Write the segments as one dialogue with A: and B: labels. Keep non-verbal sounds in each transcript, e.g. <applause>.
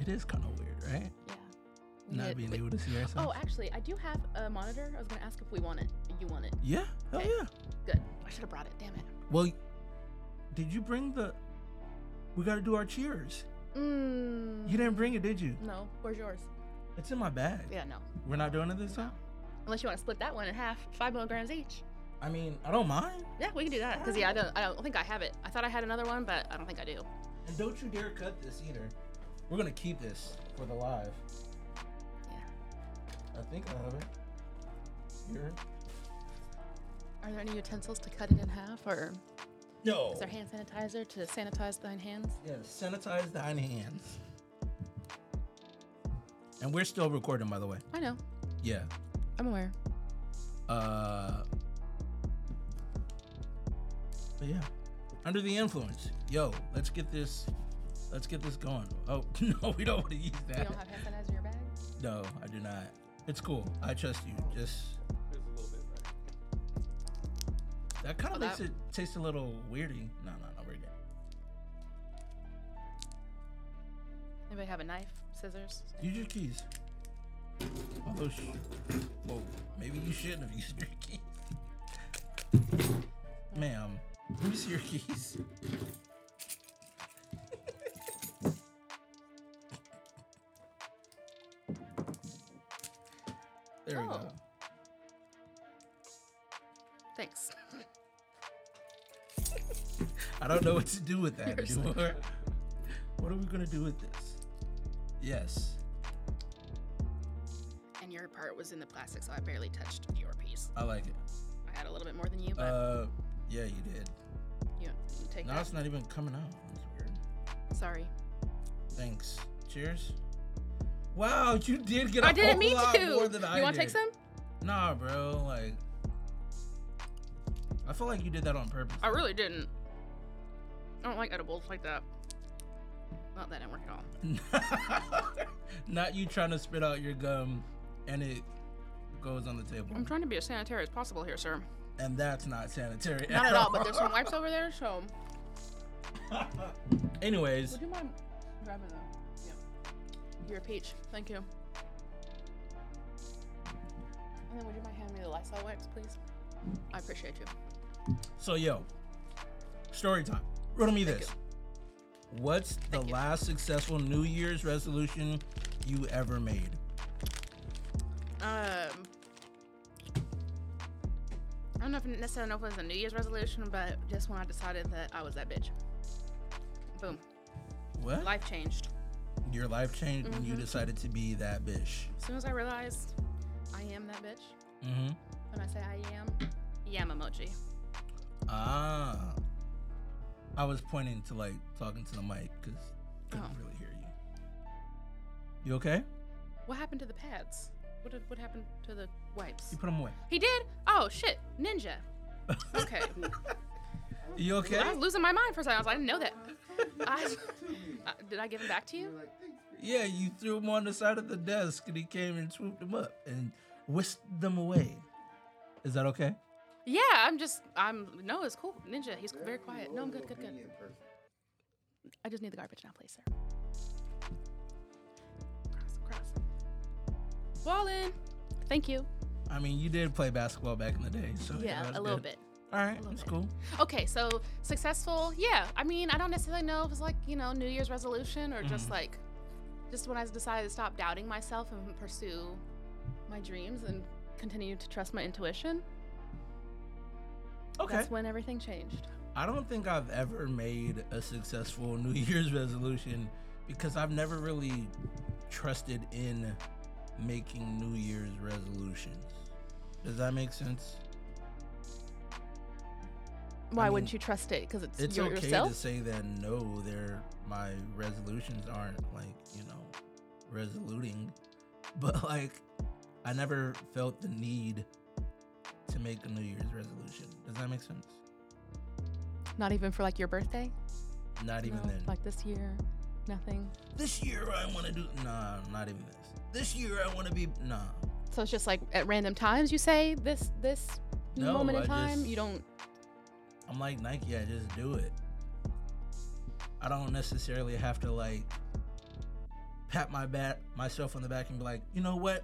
A: It is kind of weird, right?
B: Yeah. We
A: Not
B: did-
A: being
B: wait.
A: able to see ourselves.
B: Oh, actually, I do have a monitor. I was gonna ask if we want it. You want it?
A: yeah. Oh
B: okay.
A: yeah.
B: Good. I should have brought it. Damn it.
A: Well, did you bring the? We got to do our cheers.
B: Mm.
A: You didn't bring it, did you?
B: No. Where's yours?
A: It's in my bag.
B: Yeah. No.
A: We're not doing it this time.
B: Unless you want to split that one in half, five milligrams each.
A: I mean, I don't mind.
B: Yeah, we can do that. Cause yeah, I don't, I don't think I have it. I thought I had another one, but I don't think I do.
A: And don't you dare cut this either. We're gonna keep this for the live.
B: Yeah.
A: I think I have it. Here.
B: Are there any utensils to cut it in half, or
A: No.
B: is there hand sanitizer to sanitize thine hands?
A: Yeah, sanitize thine hands. And we're still recording, by the way.
B: I know.
A: Yeah.
B: I'm aware.
A: Uh. But yeah, under the influence. Yo, let's get this. Let's get this going. Oh <laughs> no, we don't want to use that.
B: You don't have hand sanitizer in your bag?
A: No, I do not. It's cool. I trust you. Just
C: There's a little bit right.
A: that kind of
B: Oh,
A: makes
B: that-
A: it taste a little weirdy. No, no, no, we're good.
B: Anybody have a knife, scissors?
A: Use your keys. Although, sh- well, maybe you shouldn't have used your keys. Ma'am, use your keys. there we go.
B: Oh. Thanks. <laughs>
A: I don't know what to do with that
B: Seriously.
A: anymore. What are we gonna do with this? Yes.
B: And your part was in the plastic, so I barely touched your piece.
A: I like it.
B: I had a little bit more than you, but
A: Uh, yeah, you did.
B: you you take
A: Now
B: that.
A: it's not even coming out. That's weird.
B: Sorry.
A: Thanks. Cheers. Wow, you did get a
B: I didn't
A: whole
B: mean
A: lot
B: to.
A: more than I
B: you want to take
A: did.
B: some?
A: Nah, bro. Like, I feel like you did that on purpose. <laughs>
B: I really didn't. I don't like edibles like that. Not that didn't work at all.
A: Not you trying to spit out your gum, and it goes on the table.
B: I'm trying to be as sanitary as possible here, sir.
A: and that's not sanitary.
B: Not at all, but
A: <laughs>
B: there's some wipes over there, so.
A: Anyways,
B: you mind grabbing them? Yeah. You're a peach. Thank you. And then would you mind handing me the Lysol wipes, please? I appreciate you.
A: so yo, story time. Riddle me this. What's the
B: you.
A: last successful New Year's resolution you ever made?
B: Um, I don't know if necessarily know if it was a New Year's resolution, but just when I decided that I was that bitch. Boom.
A: What?
B: Life changed.
A: Your life changed when
B: Mm-hmm.
A: you decided to be that bitch.
B: As soon as I realized I am that bitch,
A: Mm-hmm.
B: when I say I am, yam emoji.
A: Ah. I was pointing to like talking to the mic because couldn't
B: Oh.
A: really hear you. You okay?
B: What happened to the pads? What did, what happened to the wipes?
A: You put them away. <laughs>
B: He did? Oh shit, ninja. Okay.
A: You okay?
B: I was losing my mind for a second. I was like, I didn't know that. I, <laughs> uh, did I give them back to you?
A: Yeah, you threw them on the side of the desk and he came and swooped them up and whisked them away. Is that okay?
B: Yeah, I'm just, I'm, no, it's cool. Ninja, he's very quiet. No, I'm good, good, good. I just need the garbage now, please, sir. Cross, cross. Wallin! Thank you.
A: I mean, you did play basketball back in the day, so
B: Yeah,
A: that's
B: a little
A: good.
B: bit.
A: All right,
B: little
A: that's
B: bit.
A: cool.
B: Okay, so successful, yeah. I mean, I don't necessarily know if it's like, you know, New Year's resolution or just
A: Mm-hmm.
B: like, just when I decided to stop doubting myself and pursue my dreams and continue to trust my intuition,
A: Okay.
B: that's when everything changed.
A: I don't think I've ever made a successful <laughs> New Year's resolution because I've never really trusted in making New Year's resolutions. Does that make sense?
B: Why
A: mean,
B: wouldn't you trust it? Because it's,
A: It's
B: your,
A: okay
B: yourself?
A: to say that no, they're my resolutions aren't like, you know, resoluting, <laughs> but like I never felt the need to make a New Year's resolution. Does that make sense?
B: Not even for like your birthday?
A: Not even
B: No,
A: then.
B: Like this year, nothing.
A: this year I want to do nah, not even this. This year I want to be nah.
B: So it's just like at random times you say this this
A: No,
B: moment in
A: I
B: time.
A: just-
B: You don't.
A: I'm like Nike, I just do it. I don't necessarily have to like pat my back myself on the back and be like, you know what?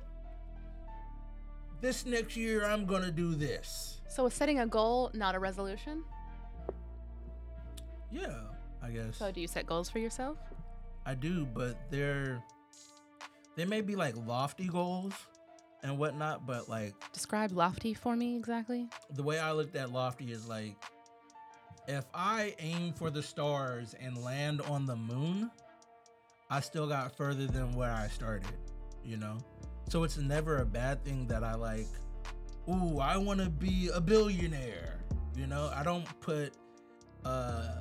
A: This next year I'm gonna do this.
B: So is setting a goal not a resolution?
A: Yeah, I guess.
B: So do you set goals for yourself?
A: I do, but they're they may be like lofty goals and whatnot, but like
B: Describe lofty for me exactly.
A: the way I looked at lofty is like if I aim for the stars and land on the moon, I still got further than where I started, you know? So it's never a bad thing that I like, ooh, I wanna be a billionaire. You know, I don't put uh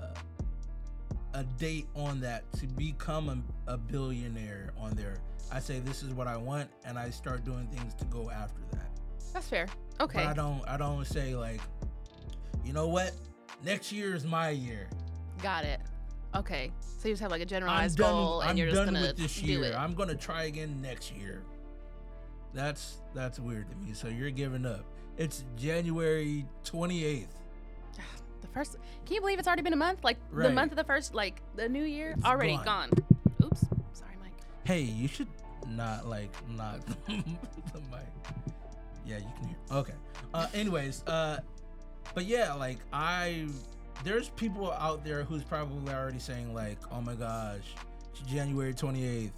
A: a date on that to become a, a billionaire on there. I say this is what I want and I start doing things to go after that.
B: That's fair.
A: But
B: Okay.
A: I don't I don't say like, you know what? Next year is my year.
B: Got it. Okay. So you just have like a
A: I'm
B: generalized
A: done.
B: goal and
A: I'm
B: you're just
A: done
B: gonna
A: with this
B: do
A: year.
B: it.
A: I'm gonna try again next year. That's that's weird to me. So you're giving up. It's January 28th.
B: the first can you believe it's already been a month? Like the
A: Right.
B: month of the first like the new year
A: It's
B: already gone.
A: gone.
B: Oops. Sorry, Mike.
A: Hey, you should not like not <laughs> the mic. Yeah, you can hear. Okay. Uh, anyways, uh, but yeah, like I, there's people out there who's probably already saying like, oh my gosh, it's January 28th.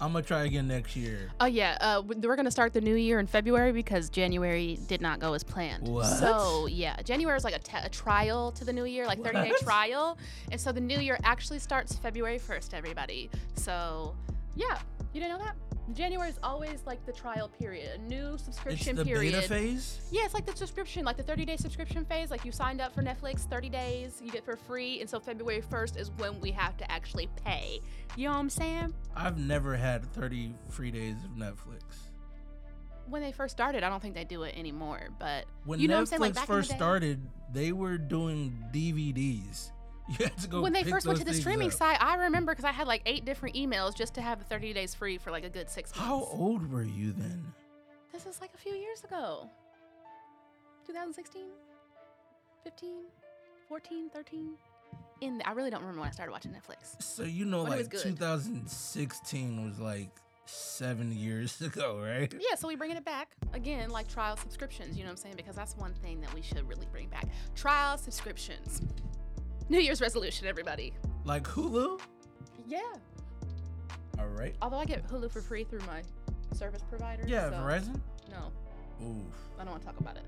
A: I'm gonna try again next year.
B: Oh yeah, uh, w- we're gonna start the new year in February because January did not go as planned. So
A: What?
B: yeah, January is like a, te- a trial to the new year, like 30 day
A: What?
B: trial, and so the new year actually starts February 1st, everybody. So yeah, you didn't know that. January is always like the trial period, a new
A: It's
B: subscription
A: the
B: period.
A: beta phase.
B: Yeah, it's like the subscription, like the 30 day subscription phase. Like you signed up for Netflix, 30 days, you get for free, and so February 1st is when we have to actually pay. You know what I'm saying?
A: I've never had 30 free days of Netflix.
B: When they first started, I don't think they do it anymore, but
A: When
B: You know what I'm
A: Netflix
B: saying? Like, back in the
A: first
B: day-
A: started, they were doing DVDs. <laughs> You had to go
B: when they
A: pick
B: first went to
A: those
B: the
A: things
B: streaming
A: up.
B: site, I remember because I had like eight different emails just to have the 30 days free for like a good six months.
A: How old were you then?
B: This is like a few years ago. 2016, 15, 14, 13. In I really don't remember when I started watching Netflix.
A: So you know,
B: When it was
A: like
B: good.
A: 2016 was like seven years <laughs> ago, right?
B: Yeah, so we bringing it back again, like trial subscriptions. You know what I'm saying? Because that's one thing that we should really bring back: trial subscriptions. New Year's resolution, everybody.
A: Like Hulu.
B: Yeah.
A: All right.
B: Although I get Hulu for free through my service provider.
A: Yeah,
B: so
A: Verizon.
B: No,
A: Oof.
B: I don't want to talk about it.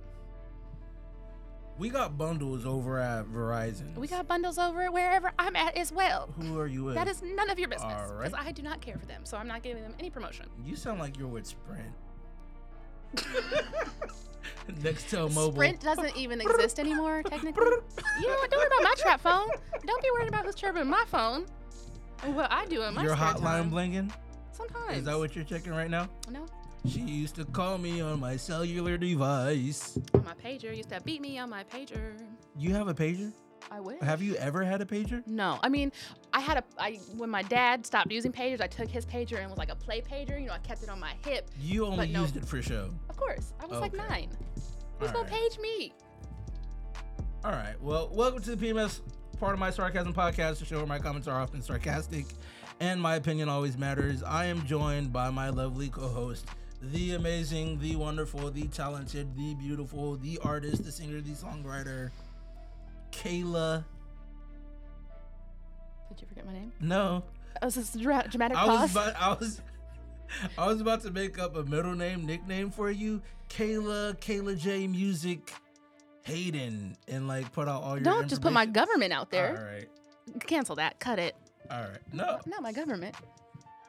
A: We got bundles over at Verizon.
B: We got bundles over wherever I'm at as well.
A: Who are you with?
B: That is none of your business
A: All right.
B: because I do not care for them, so I'm not giving them any promotion.
A: You sound like you're with Sprint. <laughs> Nextel Mobile.
B: Sprint doesn't
A: <laughs>
B: even exist anymore, technically. you know what? Don't worry about my trap
A: <laughs>
B: phone. Don't be worried about who's chirping my phone. What I do in my
A: Your
B: spare
A: hotline
B: time.
A: blinging?
B: Sometimes.
A: Is that what you're checking right now?
B: No,
A: She used to call me on my cellular device.
B: on my pager used to beat me on my pager.
A: You have a pager?
B: I wish.
A: Have you ever had a pager?
B: No, I mean, I had a I when my dad stopped using pagers, I took his pager and was like a play pager. You know, I kept it on my hip.
A: You only
B: But no.
A: used it for show.
B: Of course, I was like
A: Okay.
B: nine. Who's
A: All
B: gonna
A: right.
B: page me?
A: All right. Well, welcome to the PMS part of my sarcasm podcast, the show where my comments are often sarcastic and my opinion always matters. I am joined by my lovely co host, the amazing, the wonderful, the talented, the beautiful, the artist, the singer, the songwriter, Kayla.
B: Did you forget my name?
A: No,
B: Oh, this is dra- dramatic
A: I
B: pause.
A: was about, I was I was about to make up a middle name nickname for you, Kayla Kayla J Music Hayden, and like put out all your.
B: Don't just put my
A: information.
B: government out
A: All
B: there.
A: right,
B: Cancel that. Cut it.
A: all right. No,
B: Not my government.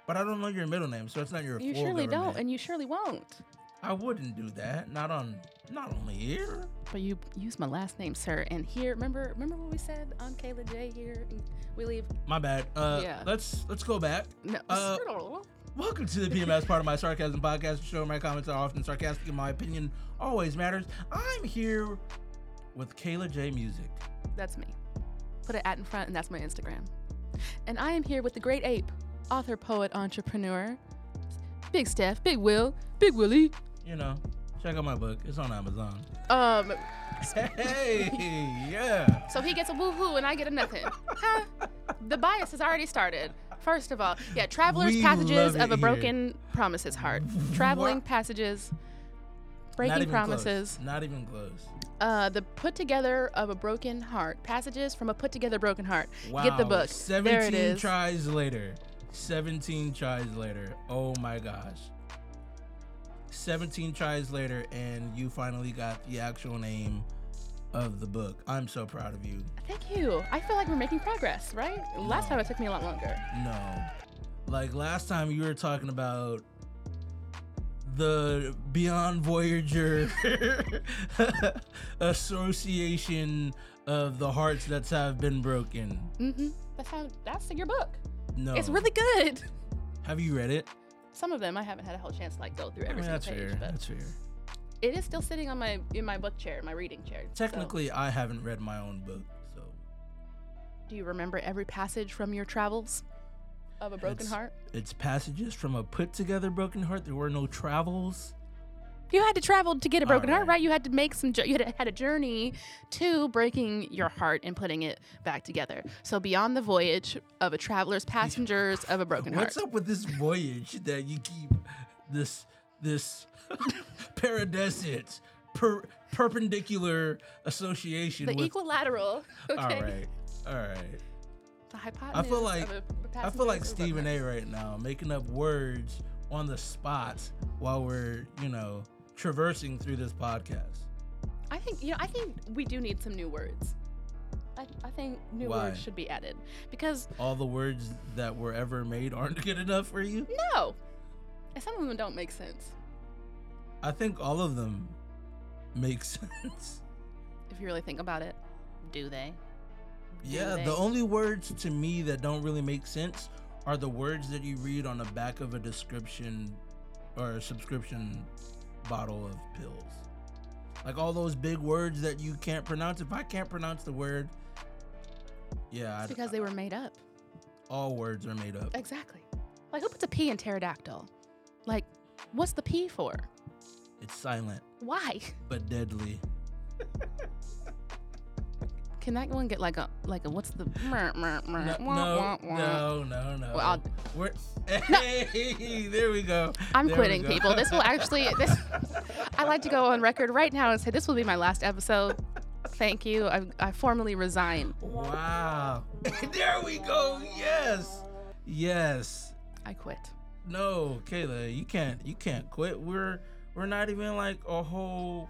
A: but I don't know your middle name, so it's not your.
B: You
A: full
B: surely
A: government.
B: don't, and you surely won't.
A: I wouldn't do that. Not on. Not on here.
B: But you use my last name, sir. And here, remember, remember what we said? I'm Kayla J. Here, and we leave.
A: My bad. Uh,
B: Yeah.
A: Let's let's go back.
B: No.
A: Uh, Welcome to the PMS part of my sarcasm podcast. The show where my comments are often sarcastic and my opinion always matters. I'm here with Kayla J Music.
B: That's me. Put an at in front, and that's my Instagram. And I am here with the great ape, author, poet, entrepreneur, Big Steph, Big Will, Big Willie.
A: you know, check out my book. It's on Amazon.
B: Um,
A: <laughs> Hey, yeah. <laughs>
B: so he gets a woohoo, and I get a nothing. huh? The bias has already started. First of all, yeah, travelers
A: We love
B: passages
A: it
B: of a
A: here.
B: broken promises
A: <laughs>
B: heart. Traveling
A: Wha-
B: passages,
A: Not
B: breaking
A: even close.
B: promises.
A: Not even close.
B: Uh, the put together of a broken heart. Passages from a put together broken heart. Get the
A: Wow,
B: book. There it
A: Seventeen
B: is.
A: tries later. Seventeen tries later. Oh my gosh. Seventeen tries later, and you finally got the actual name of the book. I'm so proud of you.
B: Thank you. I feel like we're making progress, right? Last time it took me a lot longer.
A: No. Like last time you were talking about the Beyond Voyager <laughs> Association of the Hearts that have been broken.
B: Mm-hmm. That's how. That's your book.
A: No.
B: It's really good.
A: Have you read it?
B: Some of them I haven't had a whole chance to like go through
A: I
B: every
A: mean,
B: single
A: that's
B: page,
A: fair.
B: but
A: That's fair.
B: it is still sitting on my in my book chair, my reading chair. so-
A: Technically, I haven't read my own book, so
B: Do you remember every passage from your travels of a broken
A: It's-
B: heart?
A: it's passages from a put together broken heart. There were no travels.
B: You had to travel to get a
A: All
B: broken heart,
A: right.
B: right? You had to make some, jo- you had, had a journey to breaking your heart and putting it back together. So, beyond the voyage of a traveler's passengers of a broken
A: What's
B: heart.
A: up with this voyage that you keep this this <laughs> paradescent per, perpendicular association
B: The
A: with?
B: equilateral. Okay.
A: All right, all right.
B: The hypotenuse.
A: like-
B: of a
A: I feel
B: passenger's of
A: like
B: a
A: Stephen
B: broken
A: A. right now, making up words on the spot while we're you know traversing through this podcast.
B: heart. I think, you know, I think we do need some new words. I, I think new
A: Why?
B: words should be added because
A: All the words that were ever made aren't good enough for you.
B: no, some of them don't make sense.
A: I think all of them make <laughs> sense.
B: If you really think about it, do they?
A: Yeah,
B: they?
A: the only words to me that don't really make sense are the words that you read on the back of a description or a subscription bottle of pills. Like all those big words that you can't pronounce. If I can't pronounce the word, yeah, I,
B: It's because they were made up.
A: all words are made up.
B: Exactly. Like, who puts a P in pterodactyl? Like, what's the P for?
A: It's silent
B: Why? <laughs>
A: but deadly.
B: Can that one get like a like a
A: <sighs>
B: what's the? No,
A: No, no, no, no, no.
B: Well, I'll- <laughs>
A: We're, hey, there we go. <laughs>
B: I'm
A: There we
B: quitting,
A: go.
B: people. This will
A: <laughs>
B: actually this. I like to go on record right now and say this will be my last episode. Thank you. I, I formally resign.
A: Wow. <laughs> there we go. Yes. Yes.
B: I quit.
A: No, Kayla, you can't you can't quit. We're we're not even like a whole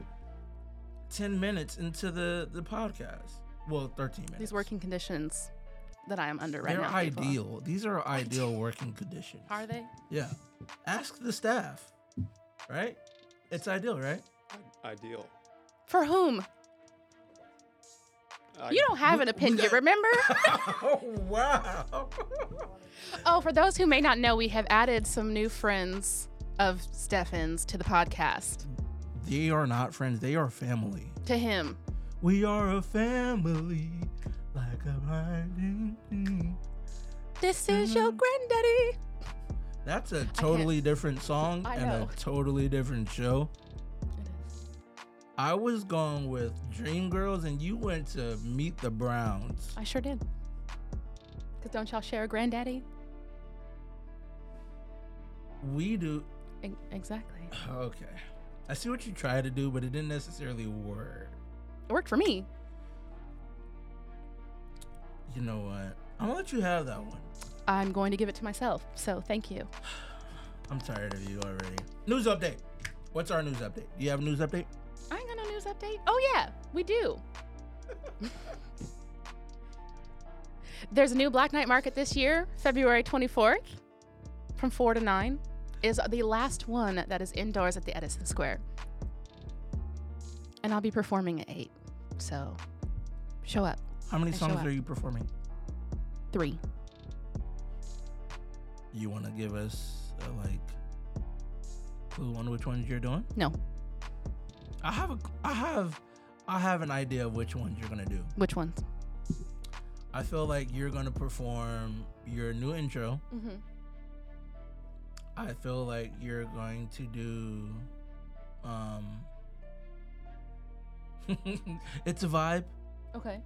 A: 10 minutes into the the podcast. Well, 13 minutes.
B: These working conditions that I am under right
A: They're
B: now. people.
A: ideal. These are ideal working conditions.
B: Are they?
A: Yeah. Ask the staff. Right? It's ideal, right? <laughs>
C: Ideal.
B: For whom?
C: I,
B: You don't have an
A: we
B: opinion,
A: got-
B: remember?
A: oh, wow.
B: Oh, for those who may not know, we have added some new friends of Stefan's to the podcast.
A: they are not friends. They are family.
B: To him.
A: We are a family, like a blinding.
B: This is your granddaddy.
A: That's a totally different song
B: I
A: and
B: know.
A: a totally different show. I was going with Dream Girls, and you went to Meet the Browns.
B: I sure did. Because don't y'all share a granddaddy?
A: We do. <sighs>
B: E- exactly.
A: Okay, I see what you try to do, but it didn't necessarily work.
B: It worked for me.
A: You know what? I'm gonna let you have that one.
B: I'm going to give it to myself. So thank you.
A: I'm tired of you already. News update. What's our news update? You have a news update?
B: I ain't got no news update. Oh, yeah, we do. <laughs> There's a new Black Night Market this year, February 24th, from 4 to 9. Is the last one that is indoors at the Edison Square. And I'll be performing at 8. So show up.
A: How many
B: I show
A: songs
B: up.
A: are you performing?
B: Three.
A: You want to give us a, like clue on which ones you're doing?
B: No.
A: I have a, I have, I have an idea of which ones you're gonna do.
B: Which ones?
A: I feel like you're gonna perform your new intro.
B: Mm-hmm.
A: I feel like you're going to do, um, <laughs> it's a vibe.
B: Okay.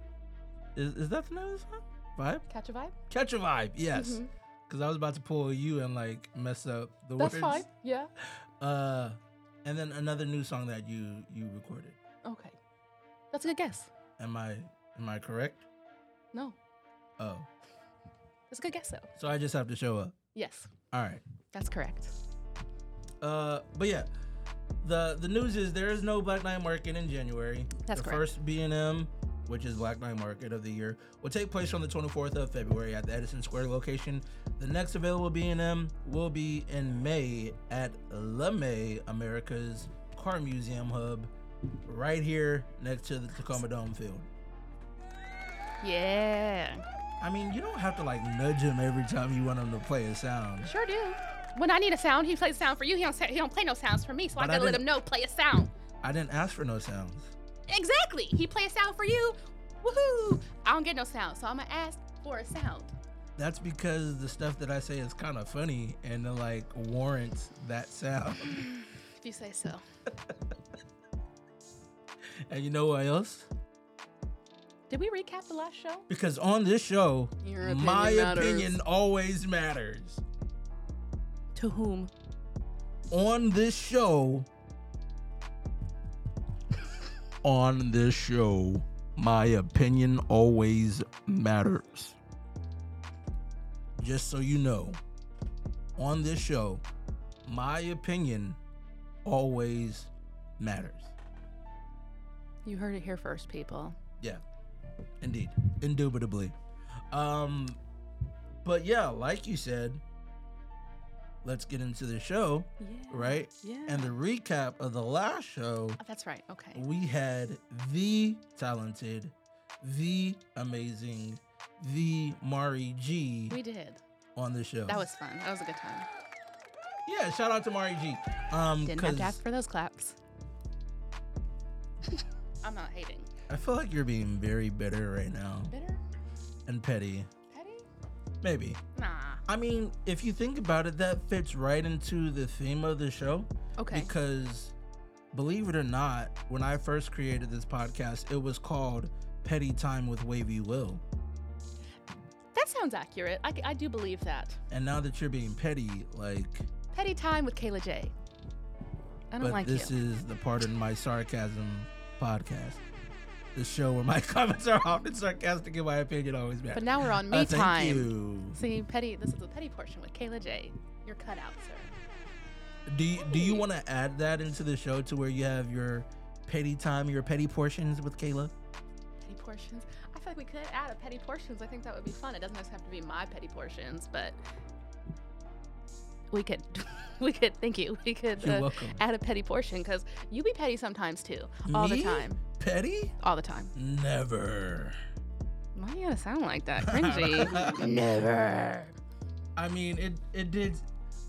A: Is, is that the name of the song? Vibe?
B: Catch a vibe? Mm-hmm.
A: Catch a vibe. Yes. because I was about to pull you and like mess up the
B: That's
A: words.
B: fine. Yeah.
A: Uh, and then another new song that you you recorded.
B: Okay. That's a good guess.
A: Am I am I correct?
B: No.
A: Oh,
B: That's a good guess though.
A: so I just have to show up.
B: Yes.
A: All right.
B: That's correct.
A: Uh, but yeah, the the news is there is no Black Night Market in January.
B: That's
A: the
B: correct.
A: first B and M, which is Black Night Market of the year, will take place on the 24th of February at the Edison Square location. The next available B and M will be in May at La May America's Car Museum Hub, right here next to the Tacoma Dome Field.
B: Yeah.
A: I mean, you don't have to like nudge him every time you want him to play a sound.
B: Sure do. When I need a sound, he plays sound for you. He don't, sa- he don't play no sounds for me, so I
A: But I
B: gotta let
A: didn't-
B: him know play a sound.
A: I didn't ask for no sounds.
B: Exactly. He plays sound for you. Woohoo! I don't get no sound, so I'm gonna ask for a sound.
A: That's because the stuff that I say is kind of funny and it like warrants that sound. <laughs>
B: If you say so.
A: And you know what else?
B: Did we recap the last show?
A: Because on this show,
B: Your opinion
A: my
B: matters.
A: opinion always matters.
B: To whom?
A: On this show, on this show, my opinion always matters. Just so you know, on this show, my opinion always matters.
B: You heard it here first, people.
A: Yeah, indeed, indubitably. Um, but yeah, like you said, let's get into the show,
B: Yeah.
A: right?
B: Yeah.
A: And the recap of the last show,
B: Oh, that's right. Okay.
A: we had the talented, the amazing, the Mari G
B: We did.
A: on the show.
B: That was fun. That was a good time.
A: yeah. Shout out to Mari G. Um,
B: Didn't have to
A: 'cause
B: ask for those claps. <laughs> I'm not hating.
A: I feel like you're being very bitter right now
B: Bitter?
A: and petty.
B: Petty?
A: Maybe.
B: Nah.
A: I mean, if you think about it, that fits right into the theme of the show
B: Okay.
A: because believe it or not, when I first created this podcast, it was called Petty Time with Wavy Will.
B: that sounds accurate. I, I do believe that.
A: And now that you're being petty, like,
B: Petty time with Kayla J. I don't
A: but
B: like
A: this
B: you.
A: is the Pardon My Sarcasm podcast, the show where my <laughs> comments are often sarcastic and my opinion always matters.
B: but now we're on
A: <laughs> Uh,
B: me
A: thank
B: time.
A: you.
B: See, petty. This is the petty portion with Kayla J. You're cut out, sir.
A: Do you, do you want to add that into the show to where you have your petty time, your petty portions with Kayla?
B: Petty portions. I feel like we could add a petty portions. I think that would be fun. It doesn't just have to be my petty portions, but we could, <laughs> we could. Thank you. We could
A: You're
B: uh,
A: welcome.
B: add a petty portion because you be petty sometimes too, all
A: Me?
B: the time,
A: Petty?
B: all the time.
A: Never.
B: Why you gotta sound like
A: <laughs>
B: that? Cringy.
A: Never. I mean, it it did.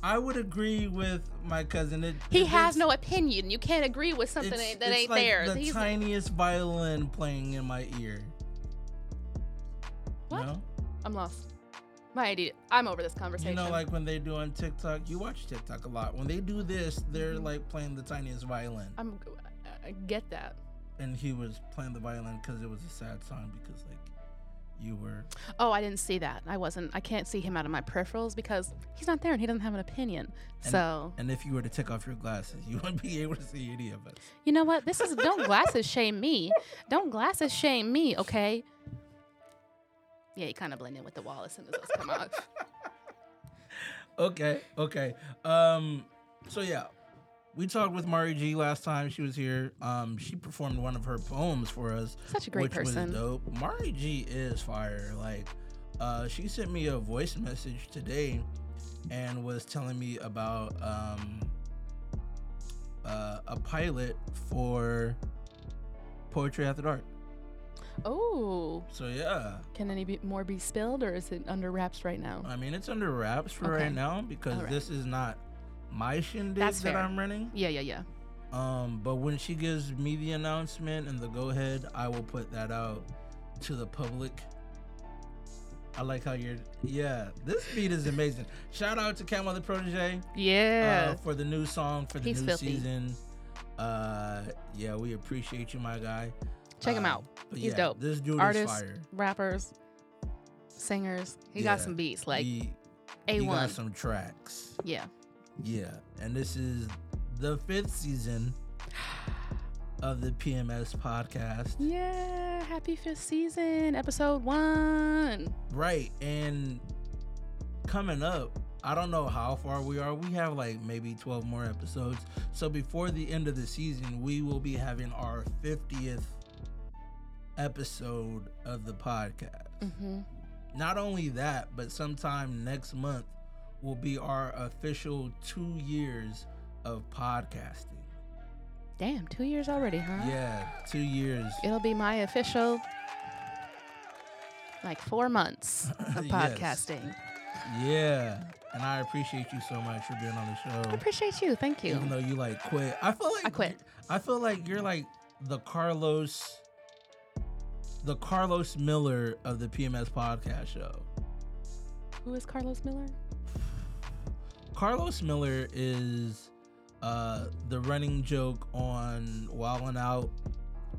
A: I would agree with my cousin. It,
B: he
A: it
B: has
A: is-
B: no opinion. You can't agree with something
A: it's-
B: that
A: it's
B: ain't
A: like
B: theirs.
A: The
B: He's
A: tiniest violin playing in my ear.
B: What?
A: You know,
B: I'm lost. My idea. I'm over this conversation.
A: you know like when they do on TikTok. You watch TikTok a lot. When they do this, they're like playing the tiniest violin.
B: I'm. I get that.
A: and he was playing the violin because it was a sad song because like you were
B: Oh, I didn't see that. I wasn't. I can't see him out of my peripherals because he's not there and he doesn't have an opinion.
A: And-
B: so
A: and if you were to take off your glasses <laughs> you wouldn't be able to see any of us
B: you know what? This is
A: <laughs>
B: don't glasses shame me. Don't glasses shame me. Okay. Yeah, you kind of blend in with the wall as soon as those come out.
A: <laughs> okay okay um so yeah we talked with mari g last time she was here um she performed one of her poems for us
B: Such a great
A: which was
B: person.
A: dope mari g is fire like uh she sent me a voice message today and was telling me about um uh, a pilot for poetry after dark
B: Oh,
A: so yeah
B: can any be, more be spilled or is it under wraps right now?
A: i mean it's under wraps for
B: Okay.
A: right now because
B: Alright.
A: this is not my shindig
B: That's
A: that
B: fair.
A: i'm running
B: Yeah, yeah, yeah.
A: Um, but when she gives me the announcement and the go ahead, I will put that out to the public. I like how you're. Yeah, this beat
B: <laughs>
A: is amazing. Shout out to Camo the Protege
B: Yeah.
A: uh, for the new song for the
B: He's
A: new
B: filthy.
A: season. Uh, yeah, we appreciate you, my guy.
B: Check him
A: Uh,
B: out.
A: but
B: He's
A: yeah,
B: dope.
A: This dude
B: Artist,
A: is fire.
B: rappers, singers. He
A: Yeah.
B: got some beats. Like
A: He-
B: A
A: You
B: one.
A: got some tracks.
B: yeah.
A: Yeah, and this is the fifth
B: <sighs>
A: season of the PMS podcast.
B: Yeah. Happy fifth season, episode one.
A: Right, and coming up, I don't know how far we are. We have like maybe 12 more episodes. So before the end of the season, we will be having our 50th episode of the podcast.
B: Mm-hmm.
A: Not only that, but sometime next month will be our official two years of podcasting.
B: Damn, two years already, huh?
A: Yeah, two years.
B: It'll be my official, like four
A: <laughs>
B: months of
A: Yes.
B: podcasting.
A: Yeah, and I appreciate you so much for being on the
B: I
A: show.
B: appreciate you. Thank you.
A: Even though you like quit, I feel like
B: I quit.
A: I feel like you're like the Carlos, the Carlos Miller of the PMS podcast show.
B: Who is Carlos Miller?
A: Carlos Miller is uh, the running joke on Wild 'N Out,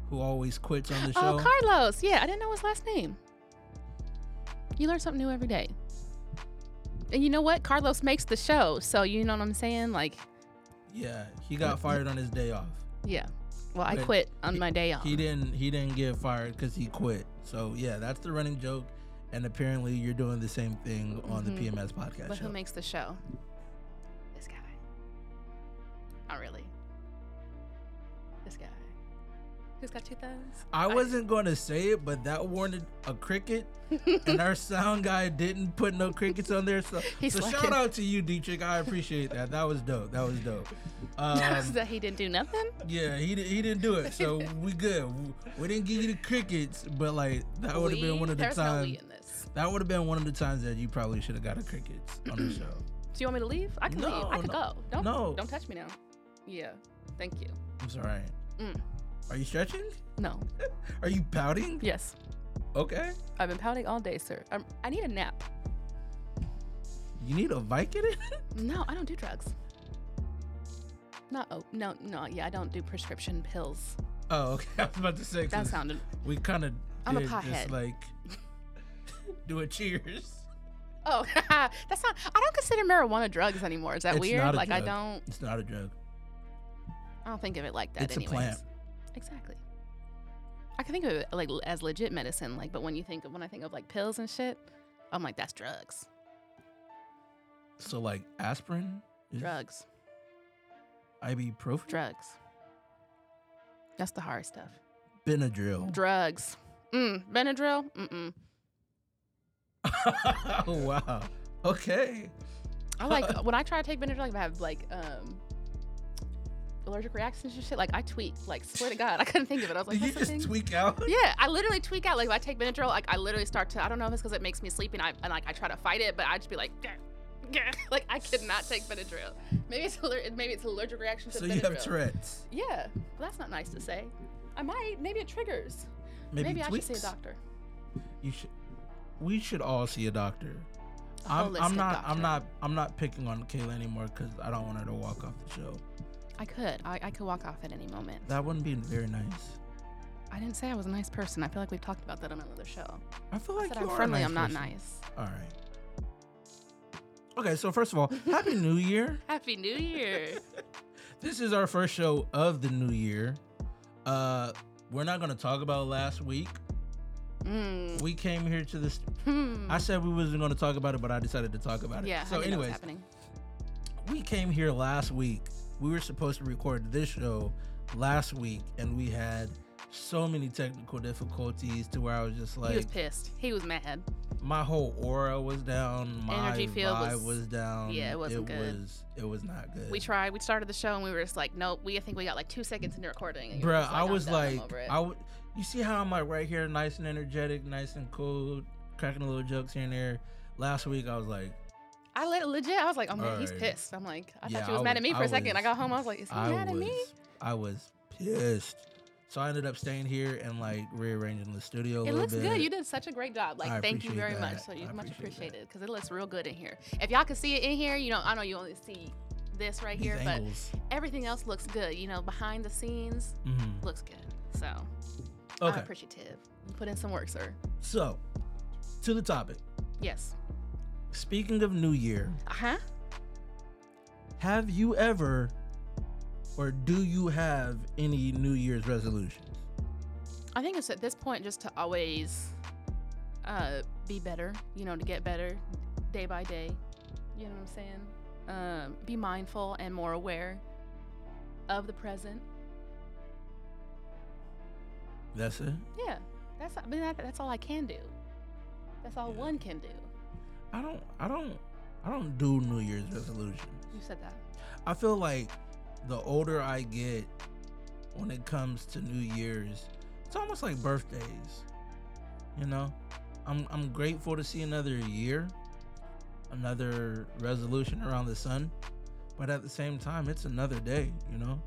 A: who always quits on the
B: Oh,
A: show.
B: Carlos. Yeah, I didn't know his last name. You learn something new every day. And you know what? Carlos makes the show. So, you know what I'm saying? Like,
A: yeah, he got fired on his day off.
B: yeah. Well, I
A: But
B: quit on my day off.
A: He didn't. He didn't get fired because he quit. So yeah, that's the running joke. And apparently, you're doing the same thing on the
B: Mhm.
A: PMS podcast
B: But
A: show.
B: who makes the show? This guy. Not really. This guy. Who's got two thumbs?
A: I wasn't going to say it, but that warranted a cricket,
B: <laughs>
A: and our sound guy didn't put no crickets on there. So,
B: <laughs> He's
A: so shout
B: slacking.
A: out to you, Dietrich. I appreciate that. That was dope. That was dope. Um,
B: <laughs> that he didn't do nothing?
A: yeah, he di- he didn't do it, so we good. We, we didn't give you the crickets, but like that would have been
B: We?
A: one of the
B: There's no we
A: times.
B: in this.
A: that would have been one of the times that you probably should have got a crickets on the show.
B: Do you want me to leave? I can leave. I
A: No,
B: can
A: no,
B: go. Don't
A: no.
B: don't touch me now. Yeah. Thank you.
A: It's all right.
B: Mm.
A: Are you stretching?
B: No.
A: Are you pouting?
B: Yes.
A: Okay.
B: I've been pouting all day, sir. i I need a nap.
A: You need a Vicodin? <laughs>
B: No, I don't do drugs. Not oh no no yeah I don't do prescription pills.
A: oh, okay. <laughs> I was about to say 'cause
B: That sounded
A: we kind of
B: I'm a
A: did just
B: pothead.
A: like do a cheers.
B: oh <laughs> that's not I don't consider marijuana drugs anymore. Is that
A: It's
B: weird?
A: not a
B: like I
A: drug.
B: don't
A: It's not a drug.
B: I don't think of it like that.
A: It's a
B: anyways.
A: plant.
B: Exactly. I can think of it like l- as legit medicine. Like, but when you think of when I think of like pills and shit, I'm like that's drugs.
A: So like aspirin, is
B: Drugs.
A: ibuprofen,
B: Drugs. That's the hard stuff.
A: Benadryl.
B: Drugs. Mm, Benadryl. Mm mm.
A: oh <laughs> wow. Okay.
B: I like
A: <laughs>
B: when I try to take Benadryl, like if I have like um allergic reactions and shit, like I tweak. Like swear to God, I couldn't think of it. I was like,
A: Did you
B: that's a
A: just
B: thing?
A: tweak out?
B: Yeah, I literally tweak out. Like if I take Benadryl, like I literally start to. I don't know if it's because it makes me sleepy, and I and like I try to fight it, but I just be like, "Grr, grr." <laughs> like I could not take Benadryl. Maybe it's aller- maybe <laughs> it's an allergic reaction to
A: So
B: Benadryl.
A: you have Tourette's.
B: Yeah, well, that's not nice to say. I might. Maybe it triggers.
A: Maybe,
B: I should
A: tweaks.
B: see a doctor.
A: You should. We should all see a doctor.
B: A
A: I'm, I'm
B: holistic
A: not.
B: doctor.
A: I'm not. I'm not picking on Kayla anymore because I don't want her to walk off the show.
B: I could. I, I could walk off at any moment.
A: That wouldn't be very nice.
B: I didn't say I was a nice person. I feel like we've talked about that on another show.
A: I feel
B: I
A: like
B: said
A: you
B: I'm
A: are a
B: friendly.
A: nice
B: I'm not
A: person.
B: nice.
A: All right. Okay, so
B: <laughs>
A: first of all, happy New Year.
B: Happy New
A: <laughs>
B: Year.
A: This is our first show of the new year. Uh, we're not gonna talk about last week.
B: mm.
A: We came here to this.
B: Hmm.
A: I said we wasn't gonna talk about it, but I decided to talk about it.
B: yeah.
A: So,
B: I didn't know what was
A: anyways,
B: happening.
A: we came here last week. We were supposed to record this show last week, and we had so many technical difficulties to where I was just
B: he was
A: like,
B: pissed. He was mad.
A: my whole aura was down. My
B: Energy field
A: vibe
B: was-
A: down.
B: yeah, it wasn't good.
A: Was, it was not good.
B: We tried. We started the show and we were just like, nope. We I think we got like two seconds into recording. and you were
A: Bruh,
B: just
A: I
B: "I'm
A: was
B: done, I'm
A: like,
B: over it."
A: I w- you see how I'm like right here, nice and energetic, nice and cool, cracking a little jokes here and there. Last week, I was like,
B: I le- legit. I was like, oh man, he's
A: Alright.
B: pissed. I'm like, I
A: Yeah,
B: thought you
A: I
B: was mad
A: was-
B: at me for
A: I
B: a second. I
A: was-
B: got home. I was like, is he
A: I
B: mad
A: was,
B: at me?
A: I was pissed. So I ended up staying here and like rearranging the studio a
B: It
A: little
B: looks
A: bit.
B: good. You did such a great job. Like,
A: I
B: thank you
A: appreciate
B: very much.
A: that.
B: So
A: I
B: you're much
A: appreciate that.
B: appreciated because it looks real good in here. If y'all can see it in here, you know, I know you only see this right
A: These
B: here, but
A: angles.
B: everything else looks good. You know, behind the scenes
A: Mhm.
B: looks good. So I'm
A: Okay,
B: appreciative. You put in some work, sir.
A: so to the topic.
B: Yes.
A: Speaking of New Year,
B: Uh huh.
A: have you ever or do you have any New Year's resolutions?
B: I think it's at this point just to always uh, be better, you know, to get better day by day. You know what I'm saying? Um, be mindful and more aware of the present.
A: That's it.
B: Yeah, that's I mean that, that's all I can do. That's all
A: Yeah.
B: one can do.
A: I don't I don't I don't do New Year's resolutions.
B: You said that.
A: I feel like the older I get when it comes to New Year's, it's almost like birthdays. You know? I'm I'm grateful to see another year, another resolution around the sun. But at the same time, it's another day, you know?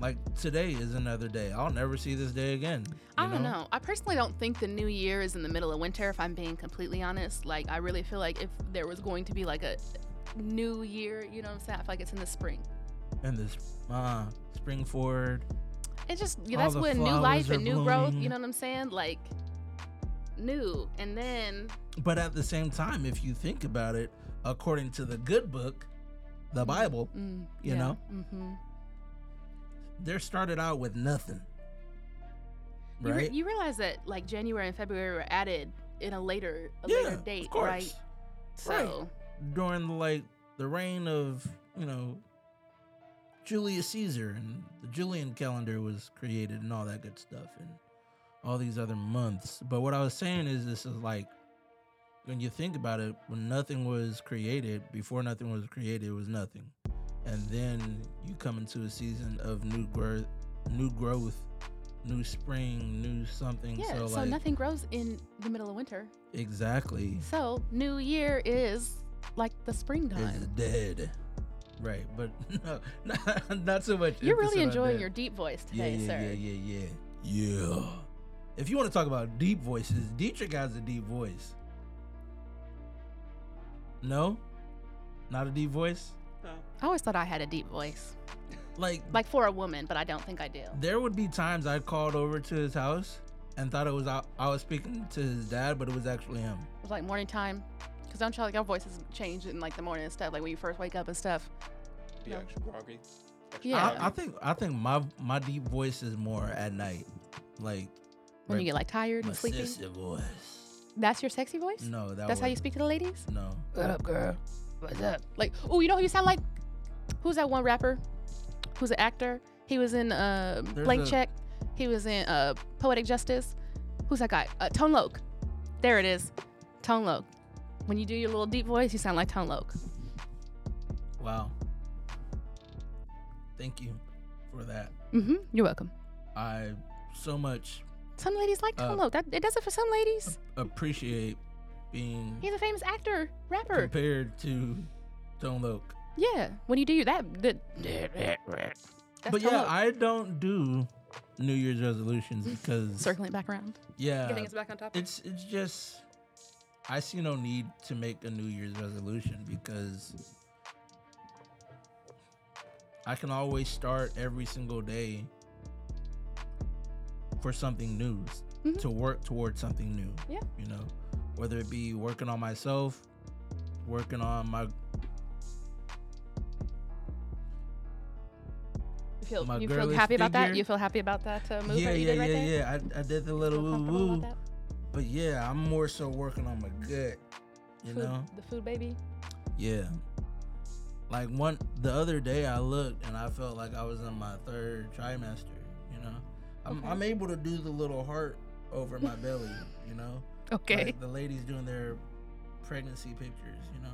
A: Like today is another day. I'll never see this day again. you
B: I don't know. I personally don't think the new year is in the middle of winter. If I'm being completely honest, like I really feel like if there was going to be like a new year, you know what I'm saying? I feel like it's in the spring.
A: And this uh spring forward.
B: It's just yeah,
A: All
B: that's
A: the
B: when new
A: flowers
B: life
A: are
B: and new growth.
A: blooming.
B: You know what I'm saying? Like new, and then
A: But at the same time, if you think about it, according to the good book, the Bible,
B: mm,
A: You know?
B: hmm
A: they started out with nothing.
B: You, re-
A: Right?
B: you realize that like January and February were added in a later, a later date, right? So
A: Right. During like the reign of, you know, Julius Caesar and the Julian calendar was created and all that good stuff and all these other months. But what I was saying is this is like when you think about it, when nothing was created, before nothing was created, it was nothing. And then you come into a season of new growth, new growth, new spring, new something.
B: yeah, so,
A: so, like Mm.
B: nothing grows in the middle of winter.
A: exactly.
B: So new year is like the
A: It's
B: springtime.
A: dead. Right, but <laughs> no, not, not so much.
B: You're really
A: emphasis on
B: enjoying
A: dead.
B: your deep voice
A: yeah,
B: today,
A: yeah,
B: sir.
A: yeah, yeah, yeah, yeah. If you want to talk about deep voices, Dietrich has a deep voice. No, not a deep voice.
B: I always thought I had a deep voice,
A: Like,
B: like for a woman, but I don't think I do.
A: there would be times I called over to his house and thought it was I, I was speaking to his dad, but it was actually him.
B: It's like morning time. Cause don't y'all like our voices change in like the morning and stuff, like when you first wake up and stuff.
C: Be
B: No.
C: extra groggy. Extra
B: Yeah.
C: groggy.
A: I, I think I think my my deep voice is more at night, like
B: When
A: right-
B: you get like tired
A: my
B: and sleepy.
A: sexy voice.
B: That's your sexy voice?
A: No, that
B: That's how you
A: wasn't-
B: speak to the ladies?
A: No.
B: What up, girl? What's up? Like, oh, you know who you sound like? Who's that one rapper? Who's an actor? He was in uh,
A: There's
B: Blank
A: a-
B: Check. He was in uh, Poetic Justice. Who's that guy? Uh, Tone Loc. There it is. Tone Loc. When you do your little deep voice, you sound like Tone Loc.
A: Wow. Thank you for that.
B: Mm-hmm. You're welcome.
A: I so much
B: Some ladies like Tone
A: Uh,
B: Loc. That, it does it for some ladies.
A: appreciate being
B: He's a famous actor, rapper.
A: compared to Tone Loc.
B: Yeah. When you do your- that, that that's
A: But
B: Tone
A: yeah,
B: Loc.
A: I don't do New Year's
B: <laughs>
A: resolutions because
B: circling back around.
A: yeah,
B: Getting us back on topic.
A: Uh, it's it's just I see no need to make a New Year's resolution because I can always start every single day for something new s-
B: Mhm.
A: to work towards something new.
B: Yeah.
A: You know, whether it be working on myself, working on my
B: You feel,
A: my
B: you feel
A: girlish
B: happy about that?
A: figure.
B: You feel happy about that uh, move
A: yeah,
B: that you
A: yeah,
B: did right
A: yeah,
B: there?
A: yeah. I, I did the little
B: Feel
A: woo
B: comfortable about
A: woo,
B: that?
A: but yeah, I'm more so working on my gut. You
B: Food-
A: know,
B: the food baby.
A: Yeah. Like one the other day I looked and I felt like I was in my third trimester, you know. I'm
B: Okay.
A: I'm able to do the little heart over my belly, you know.
B: <laughs> Okay.
A: Like the ladies doing their pregnancy pictures, you know.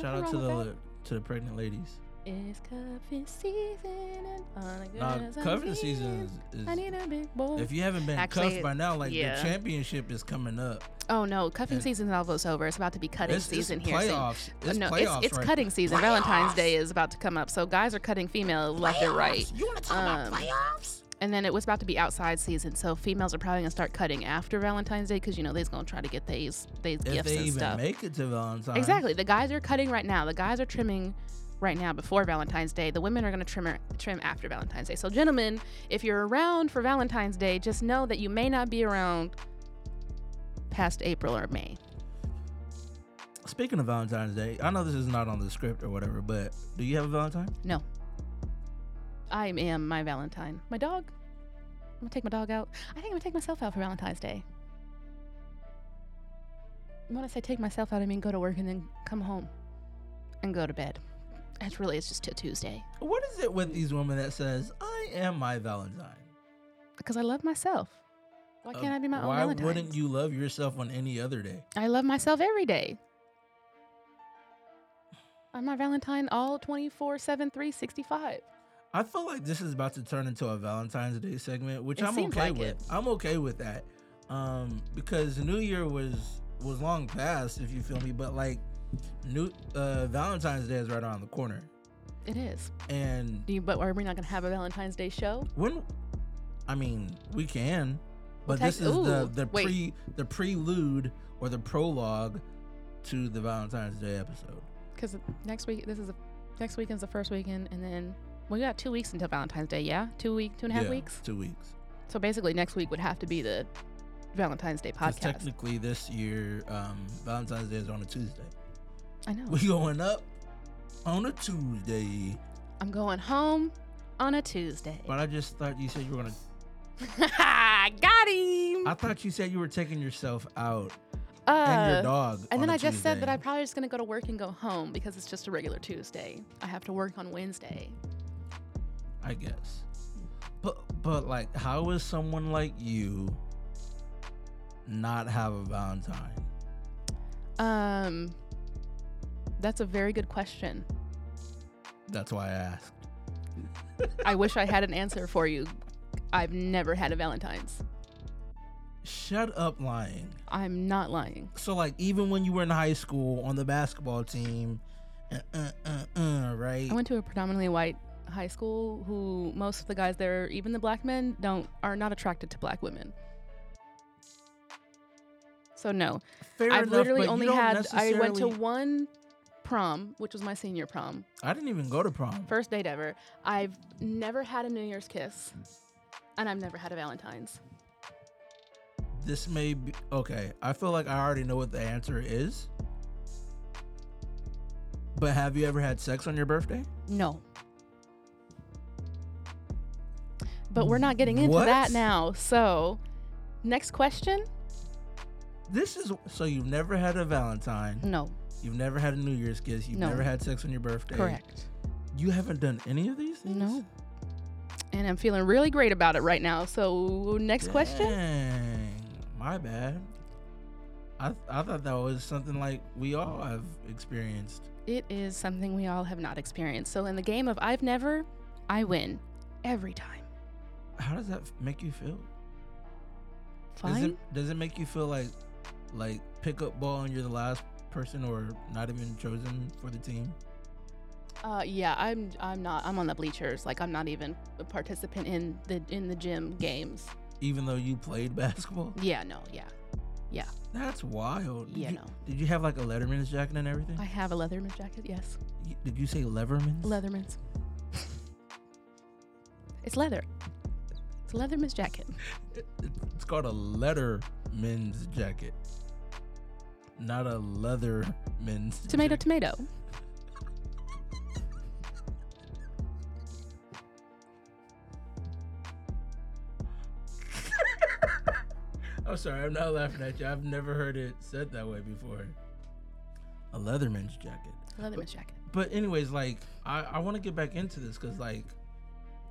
A: Shout
B: Nothing
A: out to the
B: wrong
A: la- to the pregnant ladies.
B: It's cuffing season and all the
A: Nah,
B: girls I'm
A: cuffing
B: feeling.
A: season is,
B: I
A: is
B: need a big boy.
A: if you haven't been
B: Actually,
A: cuffed by now, like
B: yeah.
A: the championship is coming up.
B: oh no, cuffing
A: Yeah.
B: season's almost over. It's about to be cutting
A: It's, it's
B: season here. soon.
A: playoffs.
B: Uh,
A: It's
B: no,
A: playoffs
B: it's, it's
A: right
B: cutting season. Valentine's Day is about to come up, so guys are cutting female left and right.
A: You want to talk
B: about Um,
A: playoffs?
B: And then it was about to be outside season, so females are probably gonna start cutting after Valentine's Day because you know they's gonna try to get these these
A: If
B: gifts
A: they
B: and
A: even
B: stuff.
A: make it to Valentine's.
B: Exactly. The guys are cutting right now. The guys are trimming right now before Valentine's Day. The women are going to trim trim after Valentine's Day. So, gentlemen, if you're around for Valentine's Day, just know that you may not be around past April or May.
A: Speaking of Valentine's Day, I know this is not on the script or whatever, but do you have a Valentine?
B: No. I am my Valentine. My dog. I'm gonna take my dog out. I think I'm gonna take myself out for Valentine's Day. When I say take myself out, I mean go to work and then come home and go to bed. It's really it's just a Tuesday
A: What is it with these women that says I am my Valentine?
B: because I love myself. Why can't
A: Uh,
B: I be my own
A: Why
B: Valentine?
A: wouldn't you love yourself on any other day?
B: I love myself every day. I'm my Valentine all 24 7, 365.
A: I feel like this is about to turn into a Valentine's Day segment, which
B: It
A: I'm
B: seems
A: okay
B: like
A: with.
B: it.
A: I'm okay with that. Um, because New Year was was long past, if you feel me, but like new uh Valentine's Day is right around the corner.
B: It is.
A: And
B: Do you, but are we not going to have a Valentine's Day show?
A: when I mean, we can, but
B: tec-
A: this is the
B: ooh,
A: the
B: wait.
A: pre the prelude or the prologue to the Valentine's Day episode.
B: Because next week, this is the next weekend's the first weekend, and then we got two weeks until Valentine's Day. Yeah, two week, two and a half
A: Yeah,
B: weeks.
A: Two weeks.
B: So basically, next week would have to be the Valentine's Day
A: Because
B: podcast.
A: technically this year, um, Valentine's Day is on a Tuesday. <laughs>
B: I know.
A: We going up on a Tuesday.
B: I'm going home on a Tuesday.
A: But I just thought you said you were gonna
B: <laughs> got him.
A: I thought you said you were taking yourself out and
B: Uh,
A: your dog.
B: And
A: on
B: then
A: a
B: I just said that
A: Tuesday.
B: I'm probably just gonna go to work and go home because it's just a regular Tuesday. I have to work on Wednesday.
A: I guess. But but like how is someone like you not have a Valentine?
B: Um, that's a very good question.
A: That's why I asked.
B: I wish I had an answer for you. I've never had a Valentine's.
A: Shut up lying.
B: I'm not lying.
A: So like even when you were in high school on the basketball team, uh, uh, uh, uh, right?
B: I went to a predominantly white high school who most of the guys there, even the black men, don't are not attracted to black women. So no,
A: Fair
B: I've
A: enough, but
B: literally
A: you
B: only
A: don't
B: had I went to
A: necessarily-
B: one prom, which was my senior prom.
A: I didn't even go to prom.
B: First date ever. I've never had a New Year's kiss, and I've never had a Valentine's.
A: This may be okay. I feel like I already know what the answer is. But have you ever had sex on your birthday?
B: No. But we're not getting into
A: What?
B: that now. So, next question?
A: This is so you've never had a Valentine.
B: No.
A: You've never had a New Year's kiss. You've
B: No.
A: never had sex on your birthday.
B: Correct.
A: You haven't done any of these things?
B: No. And I'm feeling really great about it right now. So, next question?
A: Dang, My bad. I, I thought that was something like we all have experienced.
B: It is something we all have not experienced. So, in the game of I've never, I win every time.
A: How does that f- make you feel? Does
B: Fine?
A: it, does it make you feel like like pick up ball and you're the last person or not even chosen for the team?
B: Uh, yeah, I'm. I'm not. I'm on the bleachers. Like I'm not even a participant in the in the gym games.
A: Even though you played <laughs> basketball?
B: Yeah, no, yeah,
A: That's wild. Did
B: yeah,
A: you,
B: no.
A: Did you have like a Letterman's jacket and everything?
B: I have a Leatherman jacket. Yes,
A: Y- did you say Leverman's?
B: Leatherman's. it's leather. It's a Leatherman's jacket.
A: It- It's called a Letterman's jacket. Not a Leatherman's
B: Tomato,
A: jacket.
B: tomato.
A: I'm sorry, I'm not laughing at you. I've never heard it said that way before. A Leatherman's jacket.
B: Leatherman's jacket.
A: But anyways, like I, I want to get back into this because like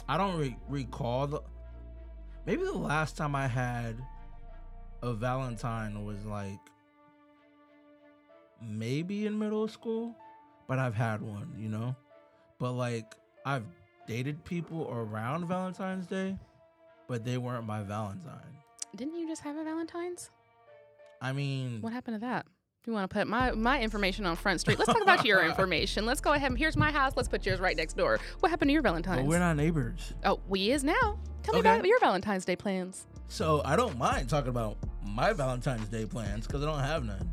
A: I don't re- recall the maybe the last time I had a Valentine was like maybe in middle school, but I've had one, you know. But like I've dated people around Valentine's Day, but they weren't my Valentine.
B: Didn't you just have a Valentine's?
A: I mean,
B: What happened to that? If you want to put my my information on Front Street, let's talk about
A: <laughs>
B: your information. Let's go ahead. and Here's my house. Let's put yours right next door. What happened to your
A: but
B: Valentine's?
A: we're not neighbors.
B: oh, we is now. Tell me
A: Okay.
B: about your Valentine's Day plans.
A: So I don't mind talking about my Valentine's Day plans because I don't have none.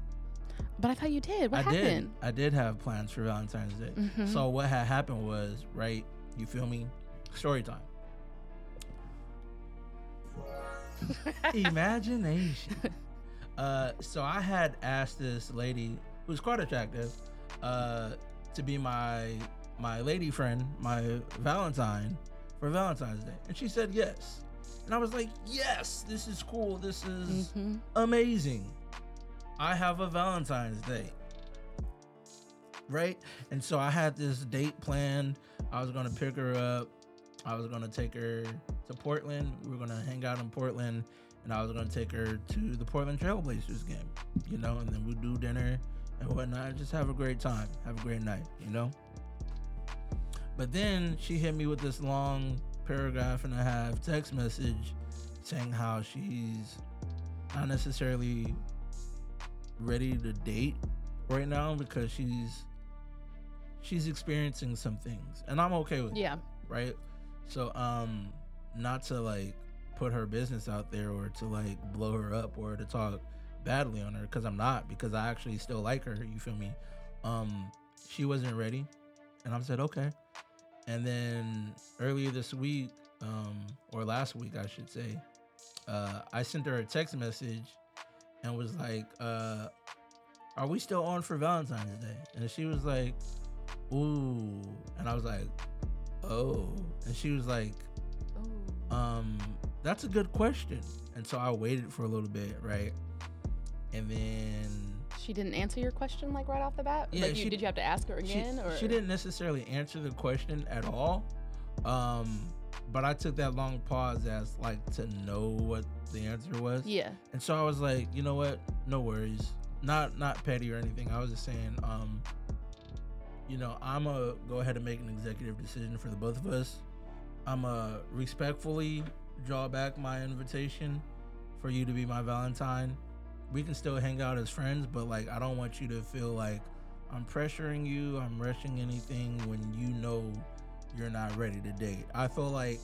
B: But I thought you did. What
A: I
B: happened?
A: did. I did have plans for Valentine's Day.
B: Mhm.
A: So what had happened was, right? You feel me?
B: <laughs>
A: Story time. Imagination. uh, so I had asked this lady who's quite attractive, uh, to be my my lady friend, my Valentine for Valentine's Day, and she said yes, and I was like, yes, this is cool, this is
B: Mm-hmm.
A: amazing. I have a Valentine's Day. Right? And so I had this date planned. I was going to pick her up. I was going to take her to Portland. We were going to hang out in Portland. And I was going to take her to the Portland Trailblazers game, you know, and then we'd do dinner and whatnot. Just have a great time. Have a great night, you know? But then she hit me with this long paragraph and a half text message saying how she's not necessarily ready to date right now because she's she's experiencing some things and i'm okay with it,
B: Yeah.
A: right so um not to like put her business out there or to like blow her up or to talk badly on her because i'm not because i actually still like her you feel me um she wasn't ready and i said okay and then earlier this week um or last week i should say uh i sent her a text message and was like uh are we still on for valentine's day and she was like ooh and i was like oh and she was like um, that's a good question. And so I waited for a little bit, right? And then
B: She didn't answer your question like right off the bat.
A: Yeah,
B: like, you,
A: she-
B: did you have to ask her
A: she,
B: again? or
A: she didn't necessarily answer the question at all. Um, but I took that long pause as like to know what the answer was.
B: Yeah.
A: And so I was like, you know what? No worries. Not not petty or anything. I was just saying, um, you know, I'm gonna go ahead and make an executive decision for the both of us. I'm gonna respectfully draw back my invitation for you to be my Valentine. We can still hang out as friends, but like, I don't want you to feel like I'm pressuring you. I'm rushing anything when you know you're not ready to date. I feel like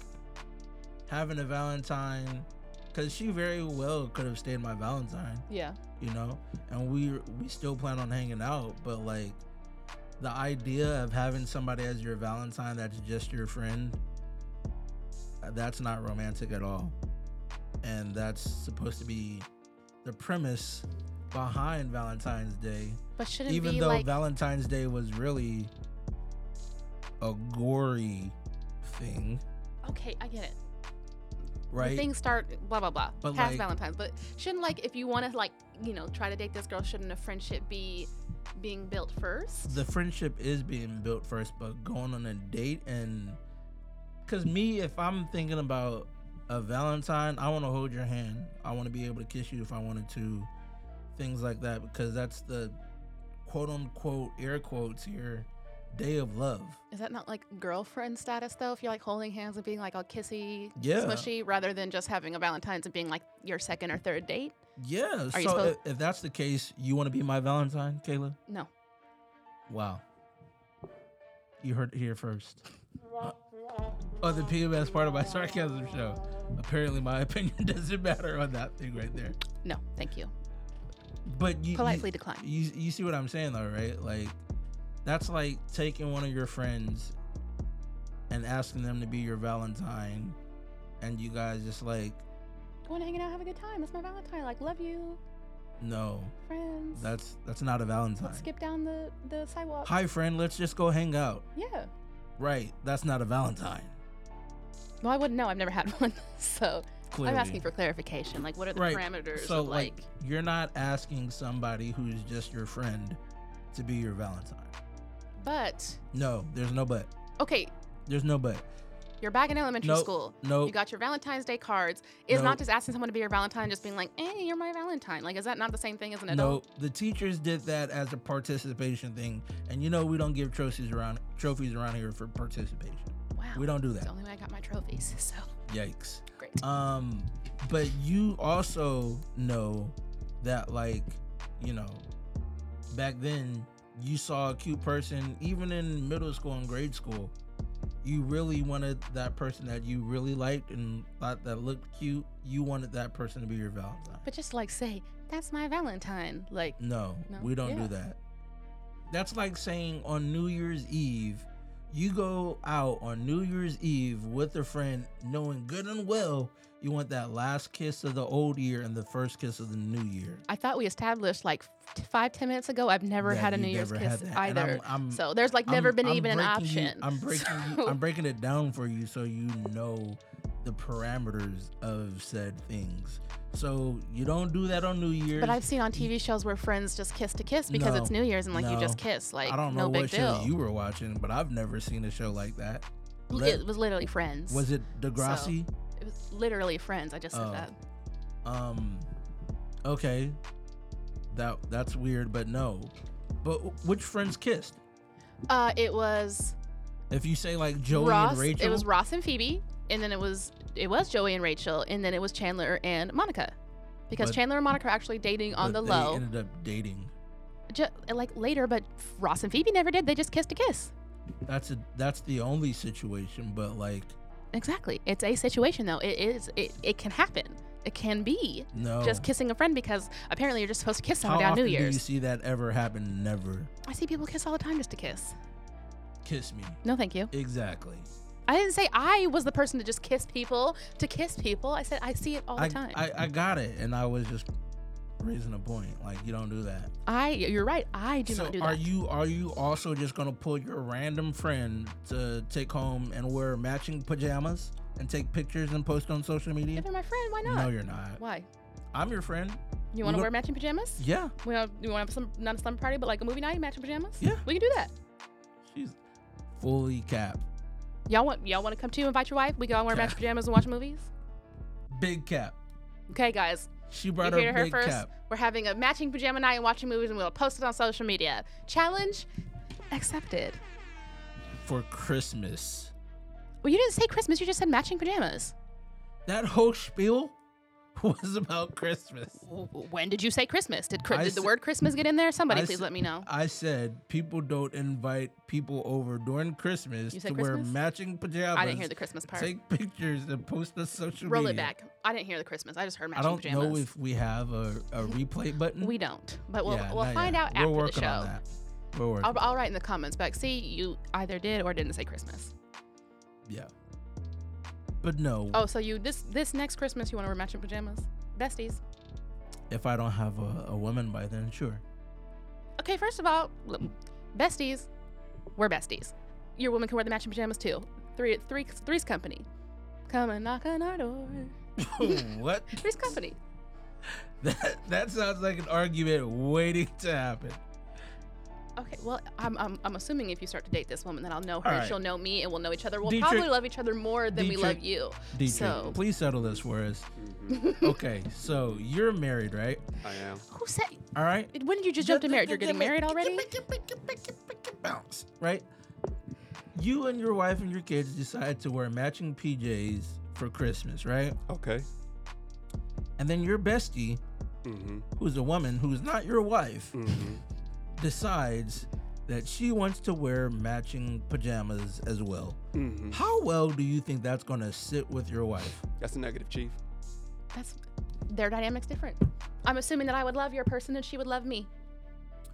A: having a Valentine because she very well could have stayed my Valentine,
B: Yeah.
A: you know, and we we still plan on hanging out, but like the idea of having somebody as your Valentine that's just your friend, uh, that's not romantic at all, and that's supposed to be the premise behind Valentine's Day,
B: But shouldn't
A: even
B: be
A: though
B: like.
A: Valentine's Day was really a gory thing,
B: okay, I get it.
A: right?
B: When things start blah blah blah
A: But,
B: past
A: like-
B: valentine's but shouldn't like if you want to like you know try to date this girl shouldn't a friendship be being built first
A: the friendship is being built first, but going on a date and because me, if I'm thinking about a Valentine, I want to hold your hand. I want to be able to kiss you if I wanted to, things like that, because that's the quote unquote air quotes here day of love.
B: is that not like girlfriend status though if you're like holding hands and being like all kissy
A: Yeah.
B: smushy rather than just having a valentine's and being like your second or third date
A: Yeah.
B: Are you
A: so
B: supposed-
A: if, if that's the case, you want to be my Valentine, Kayla?
B: no
A: Wow. You heard it here first. Oh, the PMS part of my sarcasm show. Apparently, my <laughs> opinion doesn't matter on that thing right there.
B: no thank you
A: But you
B: politely
A: you,
B: decline
A: you, you see what I'm saying though, right? Like that's like taking one of your friends and asking them to be your Valentine, and you guys just like,
B: go on hanging out have a good time it's my valentine like love you
A: no,
B: friends
A: that's that's not a Valentine.
B: let's skip down the the sidewalk
A: Hi friend, let's just go hang out.
B: yeah
A: Right, that's not a Valentine.
B: well i wouldn't know i've never had <laughs> one so
A: Clearly.
B: i'm asking for clarification like what are the
A: Right.
B: parameters
A: So
B: of
A: like, you're not asking somebody who's just your friend to be your Valentine.
B: but
A: No, there's no but.
B: okay
A: There's no but.
B: You're back in elementary
A: Nope.
B: school.
A: No.
B: You got your Valentine's Day cards. It's not
A: Nope.
B: just asking someone to be your Valentine, just being like, "Hey, you're my Valentine." Like, is that not the same thing as an
A: No,
B: adult?
A: the teachers did that as a participation thing, and you know we don't give trophies around trophies around here for participation.
B: Wow.
A: We don't do
B: It's
A: that.
B: the only way I got my trophies. <laughs> So
A: Yikes.
B: great.
A: Um, but you also know that, like, you know, back then you saw a cute person, even in middle school and grade school, you really wanted that person that you really liked and thought that looked cute. You wanted that person to be your Valentine.
B: But just like say, "That's my Valentine." Like,
A: No,
B: No?
A: we don't
B: Yeah.
A: do that. That's like saying on New Year's Eve, you go out on New Year's Eve with a friend, knowing good and well you want that last kiss of the old year and the first kiss of the new year.
B: I thought we established like f- five, ten minutes ago. I've never
A: that
B: had a
A: you
B: New Year's
A: never
B: kiss
A: had that. And
B: either.
A: I'm- I'm-
B: so there's like never
A: I'm-
B: been
A: I'm
B: even an
A: breaking you-
B: option.
A: I'm breaking. you-
B: <laughs> So-
A: I'm breaking it down for you so you know the parameters of said things. So you don't do that on New Year's.
B: but I've seen on TV shows where friends just kiss to kiss because it's
A: No,
B: New Year's and like you just
A: no.
B: kiss. Like
A: I don't
B: no
A: know
B: big
A: what
B: deal.
A: show you were watching, but I've never seen a show like that.
B: L-
A: Let-
B: it was literally friends.
A: was it Degrassi?
B: It was literally friends. I just said
A: Oh.
B: that.
A: Um, okay, that that's weird, but no. But wh- which friends kissed?
B: Uh, it was
A: If you say like Joey
B: Ross.
A: and Rachel,
B: It was Ross and Phoebe, and then it was it was Joey and Rachel, and then it was Chandler and Monica, because
A: But-
B: Chandler and Monica are actually dating on the
A: but
B: low.
A: they ended up dating.
B: Ju- like later, but Ross and Phoebe never did. They just kissed to kiss.
A: That's a that's the only situation. But like,
B: Exactly. It's a situation though. It is. It, it can happen. It can be
A: no.
B: just kissing a friend because apparently you're just supposed to kiss
A: Oh. How
B: somebody on
A: often
B: New
A: do you
B: Year's.
A: see that ever happen? Never.
B: I see people kiss all the time just to kiss.
A: Kiss me.
B: No, thank you.
A: Exactly.
B: I didn't say I was the person to just kiss people to kiss people. I said I see it all the
A: I,
B: time. I,
A: I I got it, and I was just raising a point. Like you don't do that.
B: you're right. I do
A: so
B: not do
A: are
B: that.
A: you are you also just gonna pull your random friend to take home and wear matching pajamas and take pictures and post on social media?
B: if you're my friend, why
A: No,
B: not?
A: you're not.
B: why?
A: I'm your friend.
B: You want to
A: go-
B: wear matching pajamas?
A: Yeah,
B: We want you want to have some not a slumber party, but like a movie night, matching pajamas.
A: Yeah.
B: we can do that.
A: she's fully capped,
B: Y'all want y'all want to come too? Invite your wife. We go and wear
A: Okay.
B: matching pajamas and watch movies.
A: big cap.
B: Okay, guys.
A: She brought
B: you hear
A: her
B: her
A: big
B: first.
A: cap.
B: We're having a matching pajama night and watching movies, and we'll post it on social media. Challenge accepted.
A: for Christmas.
B: Well, you didn't say Christmas. You just said matching pajamas.
A: That whole spiel <laughs> was about Christmas.
B: W- w- When did you say Christmas? Did, Chri-
A: I
B: did the
A: s-
B: word Christmas get in there? Somebody
A: I
B: please
A: s-
B: let me know.
A: I said people don't invite people over during Christmas
B: You
A: to
B: said
A: wear
B: Christmas?
A: matching pajamas.
B: I didn't hear the Christmas part.
A: Take pictures and post on social
B: Roll
A: media.
B: it back. I didn't hear the Christmas. I just heard
A: I
B: matching
A: don't
B: pajamas.
A: know if we have a,
B: <laughs>
A: a replay button.
B: we don't, but we'll
A: Yeah,
B: we'll
A: not
B: find
A: yet.
B: out after
A: We're
B: the
A: working
B: show.
A: on that. We're working.
B: I'll, I'll write in the comments back. See, you either did or didn't say Christmas.
A: yeah. But no,
B: Oh, so you this this next Christmas you want to wear matching pajamas, besties?
A: if I don't have a, a woman by then,
B: <laughs>
A: sure. <laughs>
B: Okay, first of all, l- besties, we're besties. Your woman can wear the matching pajamas too. Three three three's company. Come and knock on our door.
A: what?
B: Three's company.
A: That that sounds like an argument waiting to happen.
B: Okay, well, I'm, I'm, I'm assuming if you start to date this woman, then I'll know her
A: All
B: and
A: right.
B: she'll know me and we'll know each other. We'll
A: Dietrich-
B: probably love each other more than we love
A: Dietrich-
B: you.
A: Dietrich,
B: So-
A: please settle this for us. okay, so you're married, right?
C: I am.
B: Who said?
A: All right.
B: When did you just jump to married? You're getting married already?
A: Bounce, right? You and your wife and your kids decide to wear matching PJs for Christmas, right?
C: Okay.
A: And then your bestie,
C: Mm-hmm.
A: who's a woman who's not your wife,
C: Mm-hmm.
A: decides that she wants to wear matching pajamas as well.
C: Mm-hmm.
A: How well do you think that's going to sit with your wife?
C: That's a negative, Chief.
B: That's their dynamics different. I'm assuming that I would love your person and she would love me,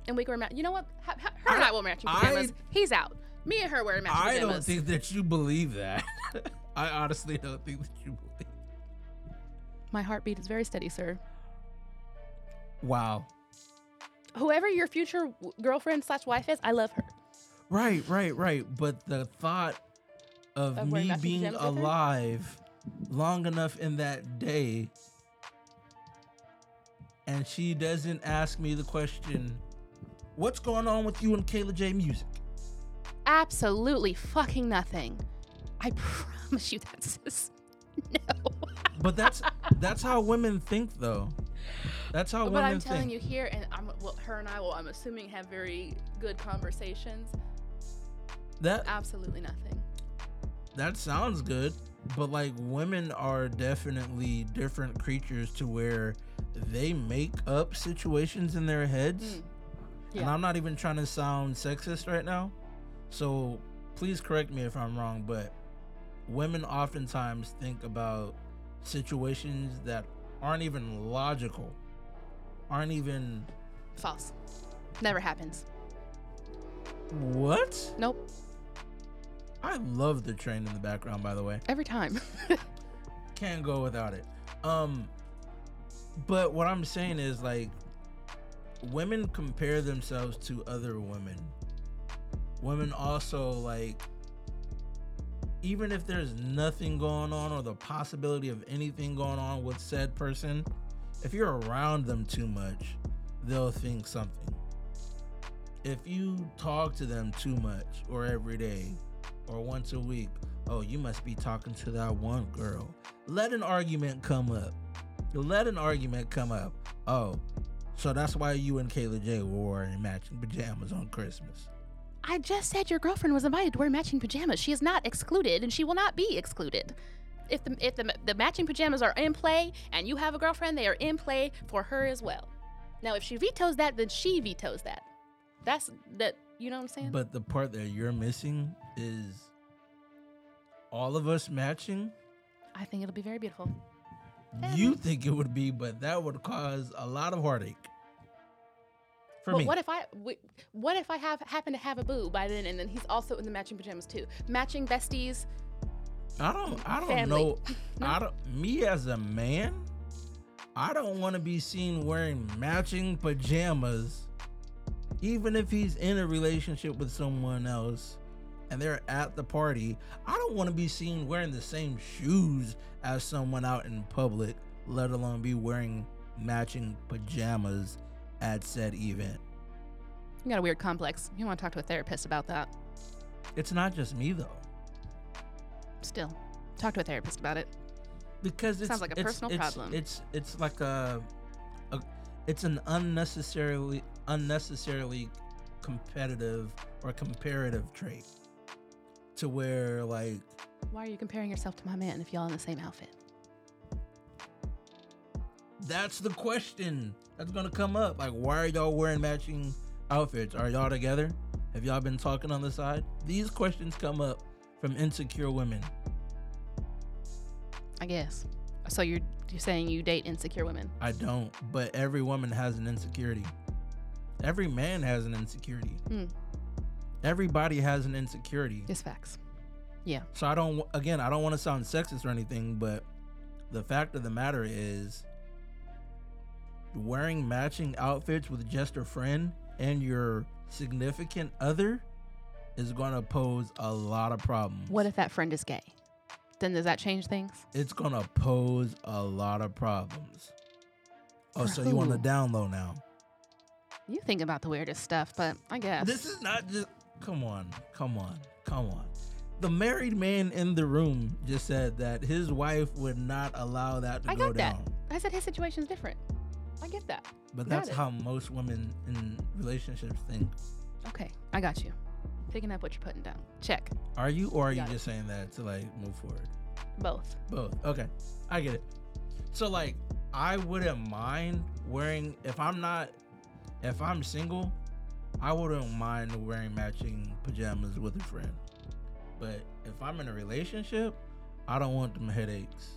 B: and we could wear ma- You know what? Ha- ha- Her and I will wear matching
A: I-
B: pajamas. He's out. Me and her wearing matching
A: I
B: pajamas.
A: don't think that you believe that. <laughs> I honestly don't think that you believe.
B: My heartbeat is very steady, sir.
A: Wow.
B: Whoever your future w- girlfriend slash wife is, I love her.
A: Right, right, right. But the thought of
B: Of wearing
A: me
B: matching
A: being
B: pajamas with her?
A: alive long enough in that day and she doesn't ask me the question, What's going on with you and Kayla J music?
B: Absolutely fucking nothing. I <laughs> promise you that, sis. No. <laughs>
A: But that's that's how women think though. That's how
B: But
A: women
B: I'm telling
A: think.
B: you here, and I'm well, her and I will, I'm assuming, have very good conversations.
A: that
B: Absolutely nothing.
A: that sounds good but like women are definitely different creatures to where they make up situations in their heads
B: Mm.
A: and
B: Yeah.
A: i'm not even trying to sound sexist right now so please correct me if i'm wrong but women oftentimes think about situations that aren't even logical aren't even
B: False. Never happens.
A: what
B: Nope.
A: I love the train in the background, by the way.
B: Every time. <laughs>
A: Can't go without it. Um, but what I'm saying is like, women compare themselves to other women. Women also like, even if there's nothing going on or the possibility of anything going on with said person, if you're around them too much, they'll think something. If you talk to them too much or every day or once a week, oh, you must be talking to that one girl. Let an argument come up. Let an argument come up. Oh, so that's why you and Kayla J were in matching pajamas on Christmas.
B: I just said your girlfriend was invited to wear matching pajamas. She is not excluded, and she will not be excluded. If the if the, the matching pajamas are in play, and you have a girlfriend, they are in play for her as well. Now, if she vetoes that, then she vetoes that. That's that. You know what I'm saying?
A: But the part that you're missing is all of us matching.
B: I think it'll be very beautiful.
A: You think it would be, but that would cause a lot of heartache. For
B: but
A: me,
B: what if I wait, what if I have happen to have a boo by then, and then he's also in the matching pajamas too, matching besties.
A: I don't. I don't
B: Family.
A: know. I don't. Me as a man, I don't want to be seen wearing matching pajamas, even if he's in a relationship with someone else, and they're at the party. I don't want to be seen wearing the same shoes as someone out in public, let alone be wearing matching pajamas at said event.
B: You got a weird complex. You want to talk to a therapist about that.
A: It's not just me though,
B: Still, talk to a therapist about it.
A: because it's
B: Sounds like a
A: it's-
B: personal
A: it's-
B: problem.
A: It's it's like a, a it's an unnecessarily unnecessarily competitive or comparative trait to where like
B: Why are you comparing yourself to my man if y'all in the same outfit?
A: that's the question that's gonna come up. Like, why are y'all wearing matching outfits? Are y'all together? Have y'all been talking on the side? These questions come up from insecure women.
B: I guess. So you're you're saying you date insecure women?
A: I don't, but every woman has an insecurity. Every man has an insecurity.
B: Hmm.
A: Everybody has an insecurity.
B: It's facts.
A: So I don't, again, I don't want to sound sexist or anything, but the fact of the matter is wearing matching outfits with just a friend and your significant other is going to pose a lot of problems.
B: What if that friend is gay? Then does that change things?
A: it's going to pose a lot of problems. Oh, so you want the
B: Bro.
A: down low now?
B: You think about the weirdest stuff, but I guess
A: This is not just. Come on, come on, come on. The married man in the room just said that his wife would not allow that to
B: I
A: go
B: got that.
A: down.
B: I said his situation's different. I get that. Got
A: But that's
B: it.
A: how most women in relationships think.
B: Okay, I got you. Picking up what you're putting down. Check
A: Are you, or are you
B: Got it.
A: just saying that to like move forward?
B: both.
A: Both. Okay, I get it. So like, I wouldn't mind wearing if I'm not, if I'm single, I wouldn't mind wearing matching pajamas with a friend. But if I'm in a relationship, I don't want them headaches.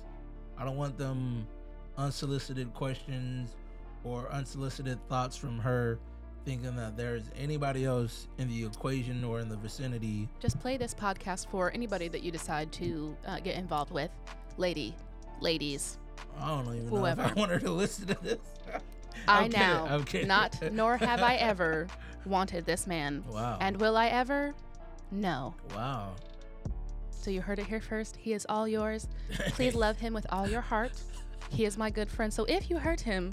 A: I don't want them unsolicited questions or unsolicited thoughts from her thinking that there's anybody else in the equation or in the vicinity
B: Just play this podcast for anybody that you decide to uh, get involved with, lady, ladies.
A: I don't even know if
B: Whoever.
A: I want her to listen to this.
B: I
A: I'm kidding,
B: now
A: I'm <laughs> kidding.
B: not, nor have
A: <laughs>
B: I ever wanted this man,
A: Wow.
B: and will I ever? No.
A: wow.
B: So you heard it here first. He is all yours.
A: <laughs>
B: Please love him with all your heart. He is my good friend. So if you hurt him,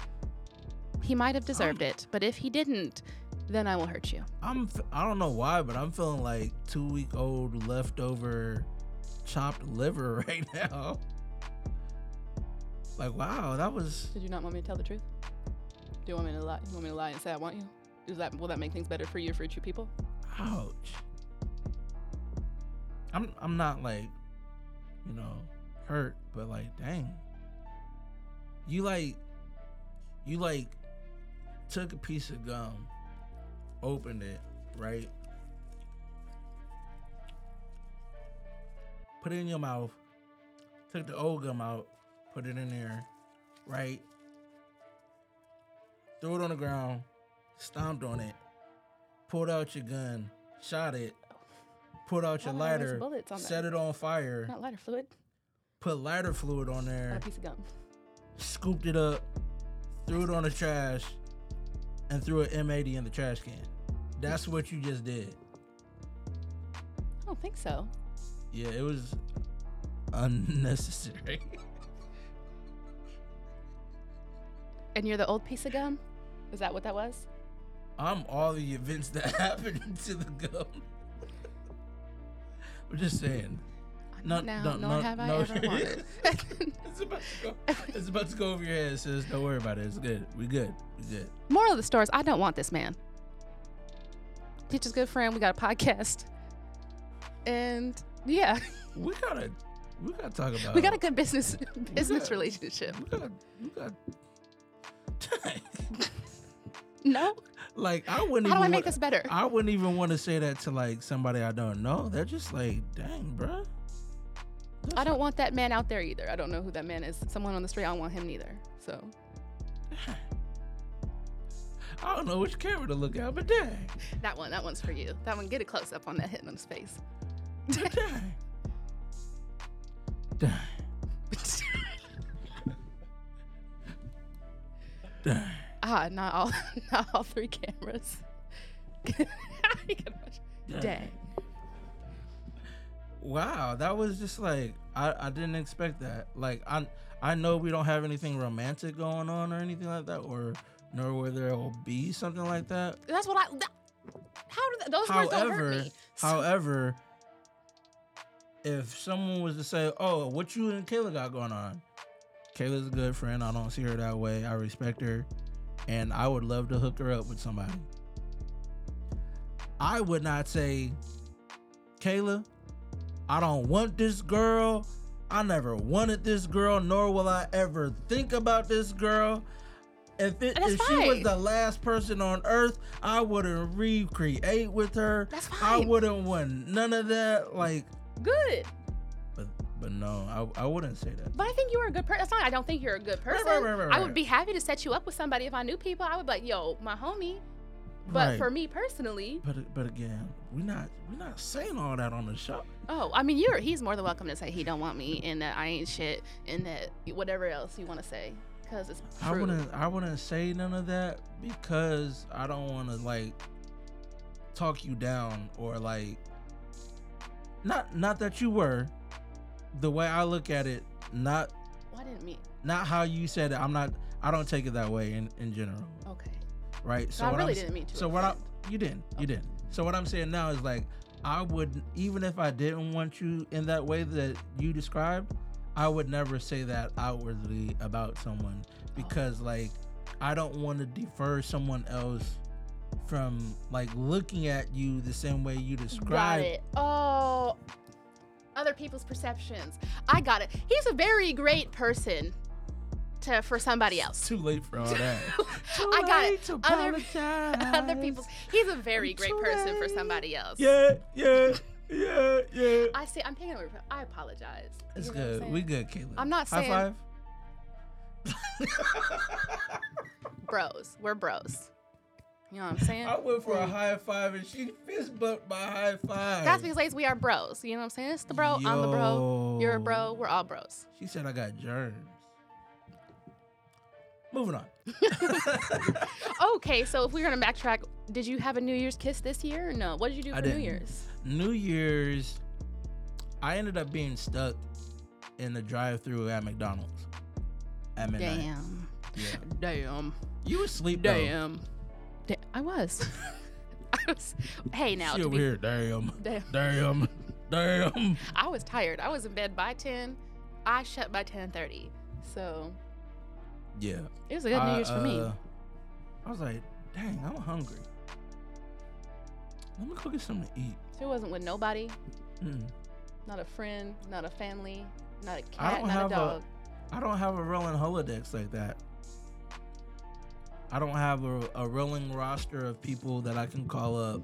B: he might have deserved it. But if he didn't, then I will hurt you.
A: I'm. f- I don't know why, but I'm feeling like two week old leftover chopped liver <laughs> right now. Like wow, that was.
B: Did you not want me to tell the truth? Do you want me to lie? You want me to lie and say I want you? Is that will that make things better for you or for two people?
A: Ouch. I'm I'm not like, you know, hurt, but like, dang. You like you like took a piece of gum, opened it, right? Put it in your mouth, took the old gum out, put it in there, right? Threw it on the ground, stomped on it, pulled out your gun, shot it, put out
B: I
A: your
B: don't know, there's
A: lighter,
B: bullets on
A: set
B: there.
A: it on fire,
B: Not lighter fluid.
A: put lighter fluid
B: Not
A: on there,
B: a piece of gum.
A: scooped it up, threw it on the trash, and threw an M80 in the trash can. That's what you just did.
B: I don't think so.
A: Yeah, it was unnecessary. <laughs>
B: And you're the old piece of gum? Is that what that was?
A: I'm all the events that <laughs> happened to the gum. I'm just saying. No,
B: now,
A: no,
B: nor
A: no,
B: have I
A: no.
B: ever wanted. <laughs>
A: It's about to go. <laughs> It's about to go over your head, sis. Don't worry about it. It's good. We good. We good.
B: Moral of the story is I don't want this man. Teacher's good friend. We got a podcast. And yeah, <laughs>
A: We gotta. We gotta talk about.
B: we got a good business <laughs> business
A: got-
B: relationship.
A: We gotta. We gotta <laughs>
B: No?
A: like I wouldn't.
B: How do
A: even
B: I make
A: want-
B: this better?
A: I wouldn't even want to say that to like somebody I don't know. They're just like, dang, bruh.
B: I don't want that man out there either. I don't know who that man is. Someone on the street, I don't want him neither. So
A: I don't know which camera to look at, but dang,
B: that one, that one's for you. That one, get a close up on that hit in his
A: <laughs>
B: face.
A: but dang, dang, dang.
B: ah, not all, <laughs> not all three cameras. <laughs> You can watch- Dang.
A: Wow, that was just like I, I didn't expect that. Like I I know we don't have anything romantic going on or anything like that, or nor will there will be something like that.
B: That's what I. That, how do that, those words don't hurt
A: However,
B: me?
A: however, if someone was to say, "Oh, what you and Kayla got going on?" Kayla's a good friend. I don't see her that way. I respect her, and I would love to hook her up with somebody. I would not say, "Kayla, I don't want this girl. I never wanted this girl, nor will I ever think about this girl." If, it,
B: That's
A: if she was
B: fine.
A: the last person on earth, I wouldn't recreate with her.
B: That's
A: I
B: fine.
A: wouldn't want none of that. Like,
B: good.
A: but but no, I, I wouldn't say that.
B: But I think you were a good person. That's not. I don't think you're a good
A: Right,
B: person.
A: right, right, right,
B: I would
A: right.
B: be happy to set you up with somebody if I knew people. I would be like, yo, my homie. But
A: Right.
B: for me personally,
A: But but again, we're not we're not saying all that on the show.
B: oh, I mean, you're he's more than welcome to say he don't want me and that I ain't shit and that whatever else you want to say because it's
A: I
B: true.
A: wouldn't I wouldn't say none of that because I don't want to like talk you down or like not not that you were the way I look at it. Not
B: Why didn't me?
A: not how you said it. I'm not. I don't take it that way in in general.
B: Okay.
A: Right.
B: So I
A: what
B: really
A: I'm s-
B: didn't mean to.
A: So what I
B: offend.
A: you didn't you
B: Okay.
A: didn't. So what I'm saying now is like I would even if I didn't want you in that way that you described, I would never say that outwardly about someone because
B: Oh.
A: like I don't want to defer someone else from like looking at you the same way you
B: Got
A: described.
B: it. Oh, other people's perceptions. I got it. He's a very great person to for somebody
A: It's
B: else.
A: too late for all
B: <laughs>
A: that. Too
B: I got it.
A: late to
B: Other- <laughs>
A: apologize.
B: Other people's. He's a very
A: I'm
B: great
A: too
B: person for
A: late.
B: somebody else.
A: Yeah, yeah, yeah, yeah.
B: I see. I'm taking over. I apologize. You
A: It's
B: know what I'm
A: good.
B: saying?
A: we good, Caitlin.
B: I'm not
A: High
B: saying-
A: five.
B: bros. We're bros. You know what I'm saying?
A: I went for a high five and she fist bumped my high five.
B: That's because ladies, we are bros. You know what I'm saying? It's the bro. I'm the bro. You're a bro. We're all bros.
A: She said I got germs.
B: <laughs>
A: Moving on.
B: Okay, so if we're gonna backtrack, did you have a New Year's kiss this year? Or no. What did you do
A: I
B: for New
A: didn't.
B: Year's?
A: New Year's, I ended up being stuck in the drive-through at McDonald's at midnight.
B: Damn.
A: Yeah.
B: Damn.
A: You was asleep though.
B: Damn. Da- I
A: <laughs>
B: was. <laughs> I was. Hey, now
A: She
B: to
A: over
B: be,
A: here. Damn.
B: Damn.
A: Damn. Damn.
B: I was tired. I was in bed by ten. I shut by ten thirty. So
A: Yeah.
B: it was a good New
A: I,
B: Year's for me.
A: uh, I was like, dang, I'm hungry. Let me go get something to eat.
B: So it wasn't with nobody. Hmm.
A: Mm.
B: Not a friend. Not a family. Not a
A: I
B: cat. Not
A: don't
B: a
A: have a-
B: dog.
A: I don't have a rolling holodex like that. I don't have a, a rolling roster of people that I can call up.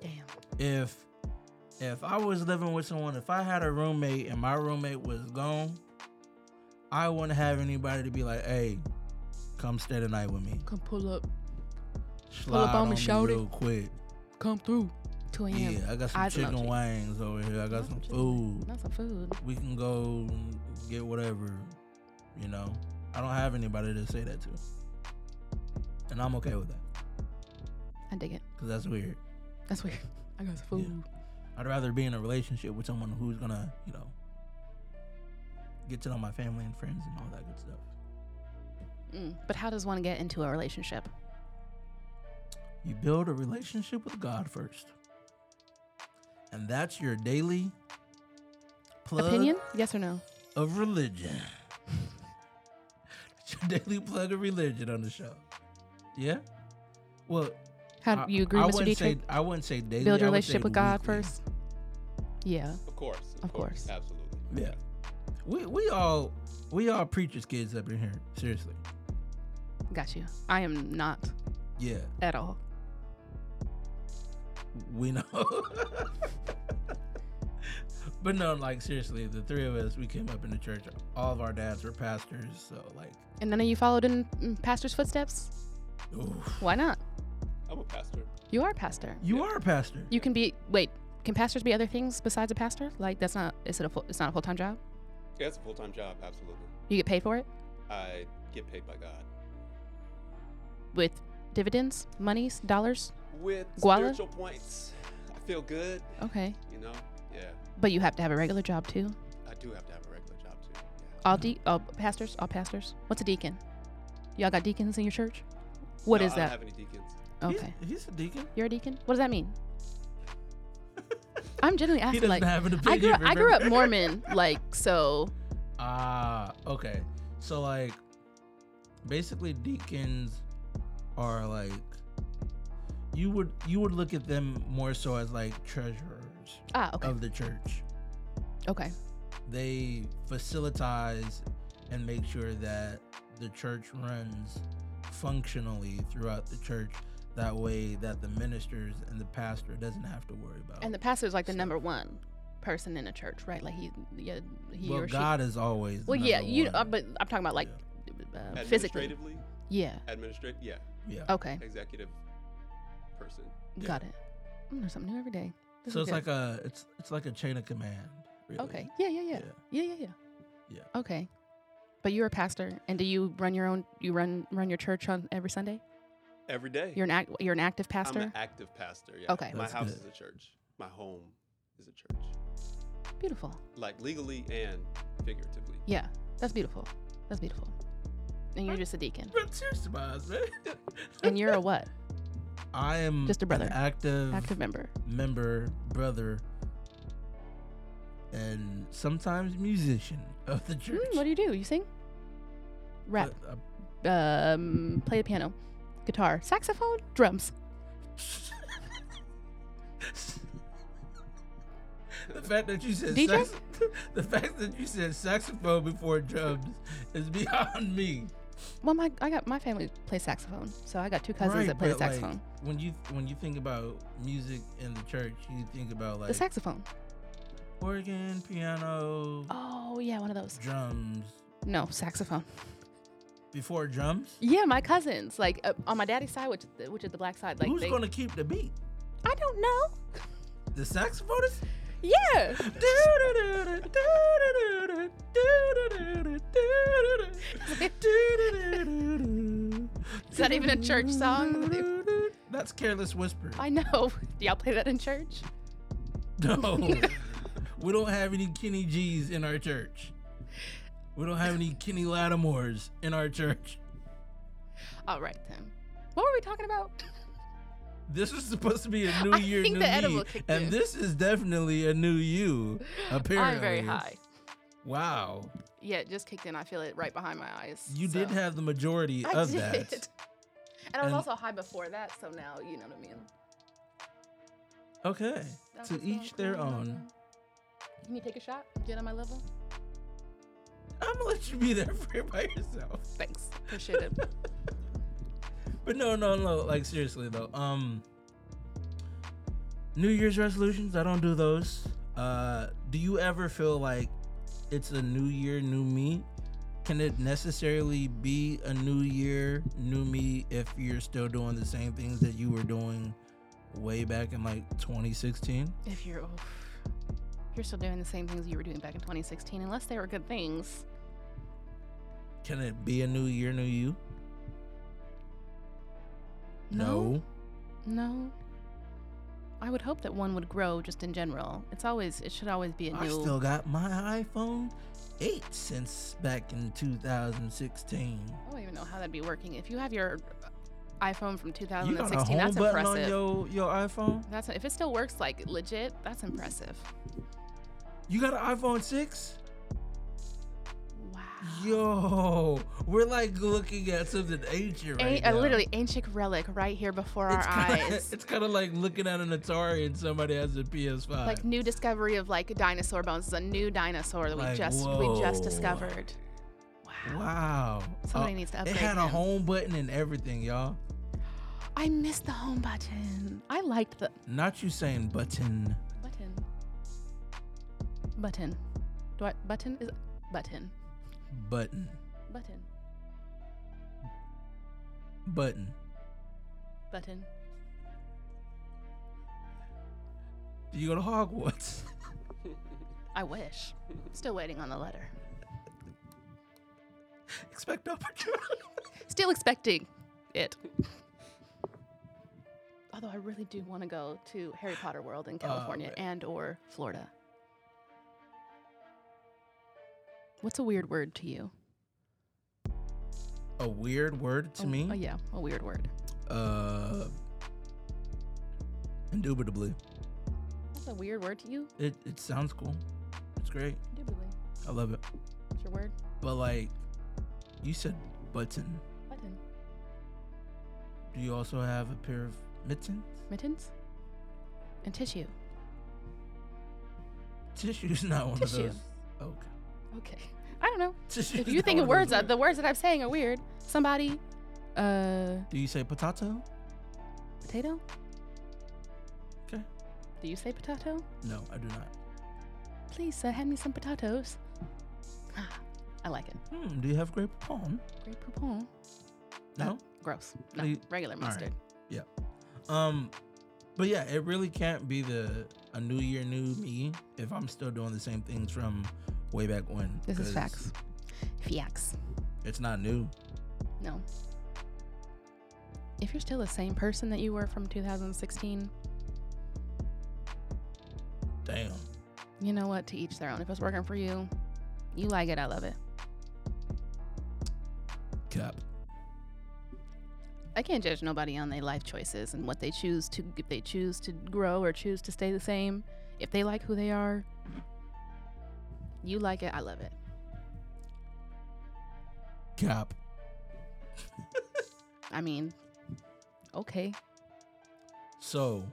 B: Damn.
A: If if I was living with someone, if I had a roommate and my roommate was gone, I wouldn't have anybody to be like, "Hey, come stay the night with me."
B: Come pull up.
A: Slide
B: on me, shorty."
A: real quick.
B: Come through. 2 a.m.
A: Yeah, I got some
B: Eyes
A: chicken
B: emoji.
A: wings over here. I got
B: That's
A: some
B: what you
A: food.
B: want. That's some food.
A: We can go and get whatever, you know. I don't have anybody to say that to, and I'm okay with that
B: I dig it.
A: because that's weird.
B: That's weird. I got some food.
A: I'd rather be in a relationship with someone who's gonna, you know, get to know my family and friends and all that good stuff.
B: Mm. But how does one get into a relationship?
A: You build a relationship with God first, and that's your daily plug
B: Opinion? Yes or no?
A: of religion. <laughs> That's your daily plug of religion on the show. Yeah. Well,
B: How
A: I-
B: do you agree,
A: I
B: Mr.
A: wouldn't say
B: Dietrich?
A: I wouldn't say daily.
B: Build your
A: I would say
B: relationship with God
A: weekly.
B: first. Yeah.
C: Of course. Of,
B: Of
C: course.
B: course.
C: Absolutely.
A: Yeah. We we all we all preachers kids up in here. Seriously.
B: Got you. I am not
A: Yeah.
B: at all.
A: We know. <laughs> but no, like seriously, the three of us, we came up in the church. All of our dads were pastors, so like,
B: And none of you followed in mm, pastor's footsteps?
A: oof.
B: Why not?
C: I'm a pastor.
B: You are a pastor.
A: you are a pastor.
B: You can be wait, can pastors be other things besides a pastor? Like that's not is it a full, it's not a full-time job?
C: Yeah, it's a full time job. Absolutely.
B: You get paid for it
C: I get paid by God.
B: with dividends, monies, dollars?
C: With
B: Guala?
C: spiritual points, I feel good.
B: Okay.
C: You know. Yeah.
B: But you have to have a regular job too.
C: I do have to have a regular job too. Yeah.
B: All de- all pastors, all pastors. What's a deacon? Y'all got deacons in your church? What
C: No,
B: is
C: I
B: that?
C: don't have any deacons.
A: He's-
B: okay.
A: He's, a deacon.
B: You're a deacon? What does that
A: <laughs>
B: mean? I'm generally
A: He
B: asking
A: doesn't
B: like
A: have an <laughs> opinion.
B: I grew up, I grew up
A: remember?
B: Mormon, like so
A: Ah, okay. So like, basically, deacons are like, you would you would look at them more so as like treasurers
B: ah okay.
A: of the church. Oh.
B: Okay.
A: they facilitize and make sure that the church runs functionally throughout the church that way that the ministers and the pastor doesn't have to worry about
B: And the pastor's like the
A: So-
B: number one person in a church, right? Like he yeah, he
A: well
B: or she
A: god is always the
B: Well, yeah,
A: number
B: you.
A: one.
B: Uh, but I'm talking about like uh, physically.
C: Administratively.
B: Yeah.
C: Administrate. Yeah.
A: yeah
B: Okay.
C: Executive person. Yeah.
B: Got it. Mm, there's something new every day. This
A: so
B: is
A: it's
B: good.
A: like a it's it's like a chain of command really.
B: Okay. Yeah. Yeah. Yeah. Yeah. Yeah. Yeah.
A: Yeah.
B: Okay. But you're a pastor, and do you run your own? You run run your church on every Sunday.
C: Every day.
B: You're an act. You're an active pastor.
C: I'm an active pastor. Yeah.
B: Okay.
C: My
A: That's
C: house
A: good.
C: is a church. My home is a church.
B: beautiful.
C: Like legally and
B: <laughs>
C: figuratively.
B: Yeah. That's beautiful. That's beautiful. And you're just a deacon.
A: but seriously Miles, man.
B: <laughs> And you're a what?
A: <laughs> i am
B: Just a brother.
A: an active
B: Active member.
A: member brother and sometimes musician of the church
B: Mm, what do you do? You sing? Rap.
A: But, uh, <laughs>
B: um, play the piano, guitar, saxophone, drums.
A: The fact that you said
B: DJ?
A: sax- <laughs> the fact that you said saxophone before drums is beyond me.
B: Well, my I got my family plays saxophone, so I got two cousins
A: Right,
B: that play the
A: but, like,
B: saxophone.
A: when you when you think about music in the church, you think about like
B: the saxophone.
A: organ, piano,
B: Oh yeah, one of those.
A: drums.
B: No, saxophone.
A: Before drums,
B: Yeah, my cousins, like uh, on my daddy's side, which which is the black side, like
A: who's
B: they,
A: gonna keep the beat?
B: I don't know. <laughs>
A: The saxophonist?
B: Yeah,
A: Is
B: Is that even a church <laughs> song?
A: That's Careless Whisper.
B: I know. <laughs> Do y'all play that in church? <laughs>
A: No. we don't have any Kenny G's in our church. We don't have any Kenny Lattimore's in our church.
B: All right then. What were we talking about?
A: This is supposed to be a new
B: I
A: year,
B: think
A: new
B: the edible
A: me,
B: kicked
A: and
B: in.
A: this is definitely a new you. Apparently,
B: I'm very high.
A: Wow,
B: Yeah, it just kicked in. I feel it right behind my eyes.
A: you did
B: so-
A: have the majority
B: I
A: of
B: did.
A: that.
B: And I was
A: And-
B: also high before that, so now you know what I mean.
A: Okay,
B: That
A: to
B: was
A: each
B: all
A: their
B: cool.
A: own.
B: Can you take a shot? Get on my level?
A: I'm gonna let you be there <laughs> for it by yourself.
B: Thanks. Appreciate it.
A: But no, no, no. Like seriously though. Um, New Year's resolutions. I don't do those. Uh, do you ever feel like it's a new year, new me? Can it necessarily be a new year, new me if you're still doing the same things that you were doing way back in like 2016.
B: <laughs> If you're oof, if you're still doing the same things you were doing back in 2016, unless they were good things.
A: Can it be a new year, new you?
B: No. I would hope that one would grow just in general. It's always it should always be a
A: No.
B: new
A: I still got my iPhone 8 since back in 2016.
B: I don't even know how that'd be working. If you have your uh, iPhone from
A: You got a
B: 2016,
A: home
B: that's
A: button
B: impressive.
A: on your, your iPhone?
B: That's if it still works like legit, that's impressive.
A: You got an iPhone 6?
B: Wow.
A: Yo, we're like looking at something ancient right
B: a- a
A: now.
B: literally ancient relic right here before
A: it's
B: our
A: kinda,
B: eyes.
A: <laughs> It's kind of like looking at an Atari and somebody has a PS5.
B: like new discovery of like dinosaur bones is a new dinosaur that we
A: Like,
B: just we just
A: whoa.
B: discovered. Wow.
A: wow.
B: Somebody
A: Uh,
B: needs to
A: it
B: upgrade.
A: had a
B: him.
A: home button and everything, y'all.
B: I missed the home button. I liked the
A: Not you saying button.
B: button. Button. Do I button is button.
A: Button.
B: Button.
A: Button.
B: Button.
A: You go to Hogwarts. <laughs>
B: I wish. Still waiting on the letter.
A: Expect opportunity. <laughs>
B: Still expecting it. Although I really do want to go to Harry Potter World
A: Oh,
B: in California and or Florida. What's a weird word to you?
A: A weird word to
B: Oh,
A: me.
B: Oh yeah, a weird word.
A: Uh, indubitably.
B: That's a weird word to you?
A: It, it sounds cool. It's great.
B: Indubitably.
A: I love it.
B: It's your word.
A: But like, you said button.
B: Button.
A: Do you also have a pair of mittens? <laughs>
B: Mittens? And tissue.
A: Tissue's not one
B: Tissue.
A: of those. Okay. <laughs>
B: Okay. <laughs> I don't know.
A: Tissue's
B: If you
A: not
B: think of
A: one
B: words,
A: those
B: uh, the words that I'm saying are weird. Somebody, uh,
A: Do you say potato?
B: potato?
A: Okay.
B: Do you say potato?
A: No, I do not.
B: Please, sir, hand me some potatoes. Ah, <sighs> I like it.
A: Hmm. Do you have grape palm?
B: Great poupon.
A: No.
B: Gross. No,
A: Please-
B: regular
A: all right.
B: mustard.
A: Um, but yeah, it really can't be the a new year, new me if I'm still doing the same things from way back when.
B: This is
A: 'cause
B: facts. Fiax.
A: It's not new.
B: No. If you're still the same person that you were from 2016,
A: Damn.
B: you know what? To each their own. If it's working for you, you like it. I love it.
A: Cap.
B: I can't judge nobody on their life choices and what they choose to if they choose to grow or choose to stay the same. If they like who they are, you like it, I love it.
A: Cap.
B: I mean, okay.
A: So,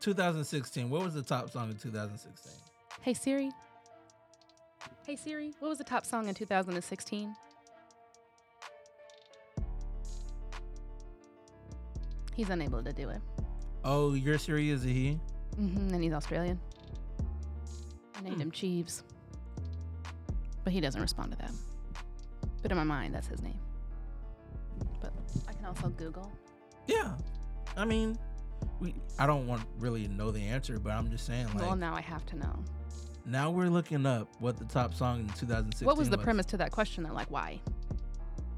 A: 2016. What was the top song in 2016?
B: Hey Siri. Hey Siri, what was the top song in 2016? He's unable to do it.
A: Oh, your Siri is a he.
B: hmm and he's Australian. I named him Cheeves. But he doesn't respond to that. But in my mind, that's his name. But I can also Google.
A: Yeah. I mean, we. I don't want really know the answer, but I'm just saying like
B: well, now I have to know.
A: now we're looking up what the top song in 2016.
B: What was the premise to that question, though? Like, why?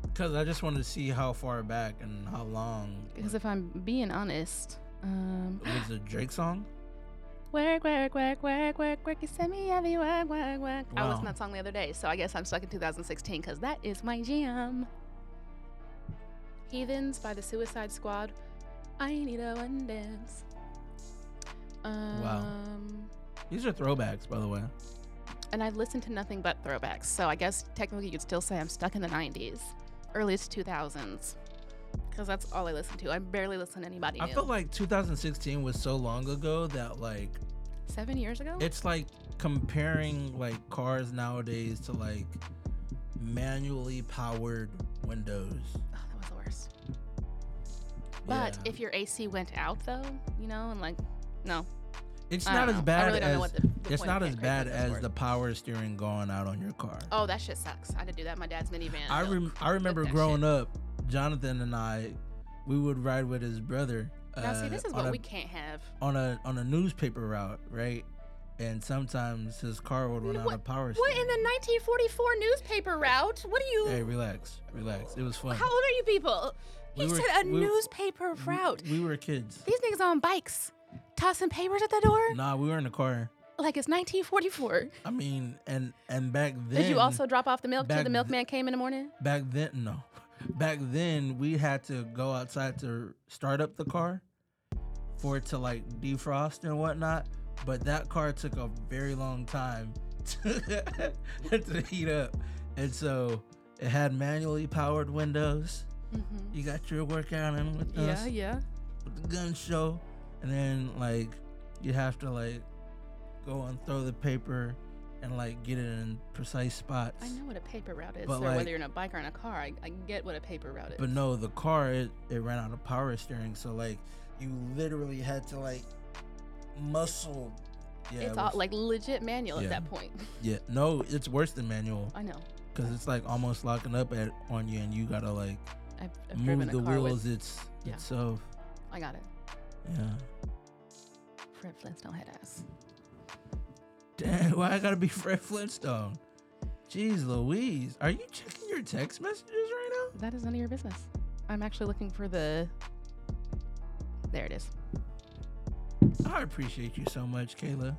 A: Because I just wanted to see how far back and how long.
B: Because if I'm being honest, um,
A: was it Drake song?
B: work, work, work, work, work, work, you send me every work, work, work. I was
A: Wow.
B: in that song the other day, so I guess I'm stuck in 2016 because that is my jam. Heathens by the Suicide Squad. I need a one dance. Um,
A: These are throwbacks, by the way.
B: And I've listened to nothing but throwbacks, so I guess technically you could still say I'm stuck in the 90s, earliest 2000s, because that's all I listen to. I barely listen to anybody
A: I
B: new.
A: feel like 2016 was so long ago that like
B: Seven years ago?
A: it's like comparing like cars nowadays to like manually powered windows.
B: oh, that was the worst. But
A: Yeah.
B: if your AC went out, though, you know, and like, no,
A: it's
B: I don't
A: not as
B: know. I
A: bad
B: really don't know
A: as
B: what the- the
A: it's
B: point of
A: not as
B: that
A: bad
B: Craigslist
A: as
B: was.
A: the power steering going out on your car.
B: oh, that shit sucks. I had to do that. in My dad's minivan.
A: I
B: Ugh.
A: rem- I remember
B: that
A: growing up, Jonathan and I, we would ride with his brother
B: Now, see,
A: uh,
B: this is
A: on
B: what
A: a-
B: we can't have.
A: on a on a newspaper route, right? And sometimes his car would run
B: No,
A: out of power.
B: What
A: stand.
B: in the 1944 newspaper route? What do you?
A: Hey, relax, relax. It was fun.
B: How old are you people?
A: We
B: he
A: were-
B: said a
A: we-
B: newspaper
A: We-
B: <laughs> route.
A: We, were kids.
B: These niggas on bikes, tossing papers at the door
A: Nah, we were in the car.
B: like it's 1944.
A: I mean, and and back then.
B: Did you also drop off the milk till
A: back
B: the
A: th-
B: milkman came in the morning?
A: back then? No, back then we had to go outside to start up the car for it to like defrost and whatnot. But that car took a very long time <laughs> to, to heat up, and so it had manually powered windows.
B: Mm-hmm.
A: You got your workout in with
B: Yeah,
A: us.
B: yeah.
A: with the gun show, and then like you have to like go and throw the paper and like get it in precise spots.
B: I know what a paper route is,
A: But,
B: or
A: like-
B: whether you're in a bike or in a car. I, I get what a paper route is.
A: But no, the car it, it ran out of power steering, so like you literally had to like muscle. Yeah,
B: it's
A: it
B: all
A: was-
B: like legit manual
A: yeah.
B: at that point. <laughs>
A: yeah. No, it's worse than manual
B: I know.
A: because it's like almost locking up at on you, and you gotta like
B: I've, I've driven
A: move
B: a
A: the
B: car
A: wheels.
B: with.
A: It's
B: Yeah.
A: itself.
B: I got it.
A: Yeah.
B: Fred Flintstone had ass.
A: Damn, why I gotta be <laughs> Fred Flintstone? Jeez Louise, are you checking your text messages right
B: That is none of your business. I'm actually looking for the. There it is.
A: now? I appreciate you so much, Kayla.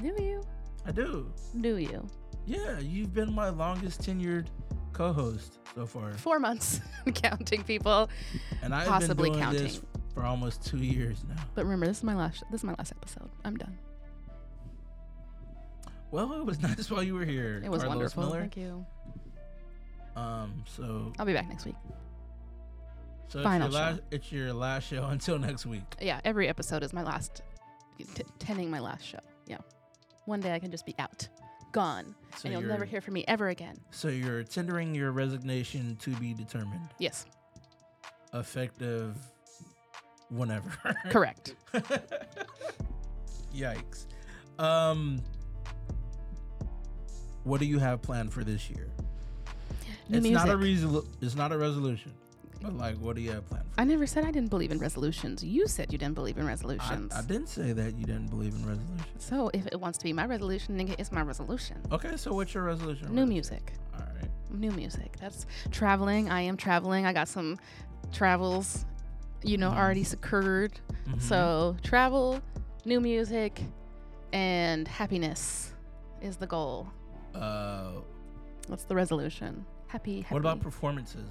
B: Do you?
A: I do.
B: Do you?
A: Yeah, you've been my longest tenured co host so far.
B: Four months <laughs> counting people.
A: And I've
B: Possibly
A: been doing
B: counting.
A: this for almost two years now.
B: But remember, this is my last. This is my last episode. I'm done.
A: Well, it was <laughs> nice while you were here.
B: It was
A: Carlos
B: wonderful.
A: Miller.
B: Thank you.
A: Um, so
B: I'll be back next week.
A: so it's
B: Final
A: your,
B: show.
A: last, it's your last show <laughs> until next week.
B: Yeah, every episode is my last. T- tending my last show. Yeah. One day I can just be out, gone,
A: So
B: and you'll
A: you're-
B: never hear from me ever again.
A: So you're tendering your resignation to be determined,
B: Yes,
A: effective whenever. <laughs>
B: correct.
A: Yikes. Um what do you have planned for this year?
B: New
A: it's
B: music.
A: not a resolu- it's not a resolution. But like what do you have planned for?
B: I never said I didn't believe in resolutions. You said you didn't believe in resolutions.
A: I, I didn't say that you didn't believe in resolutions.
B: So if it wants to be my resolution, nigga, it's my resolution.
A: Okay, so what's your resolution?
B: New
A: Rose?
B: music.
A: All right.
B: New music. That's traveling. I am traveling. I got some travels, you know, already
A: Mm-hmm.
B: secured.
A: Mhm.
B: So travel, new music, and happiness is the goal.
A: uh
B: That's the resolution. Happy, happy.
A: what about performances?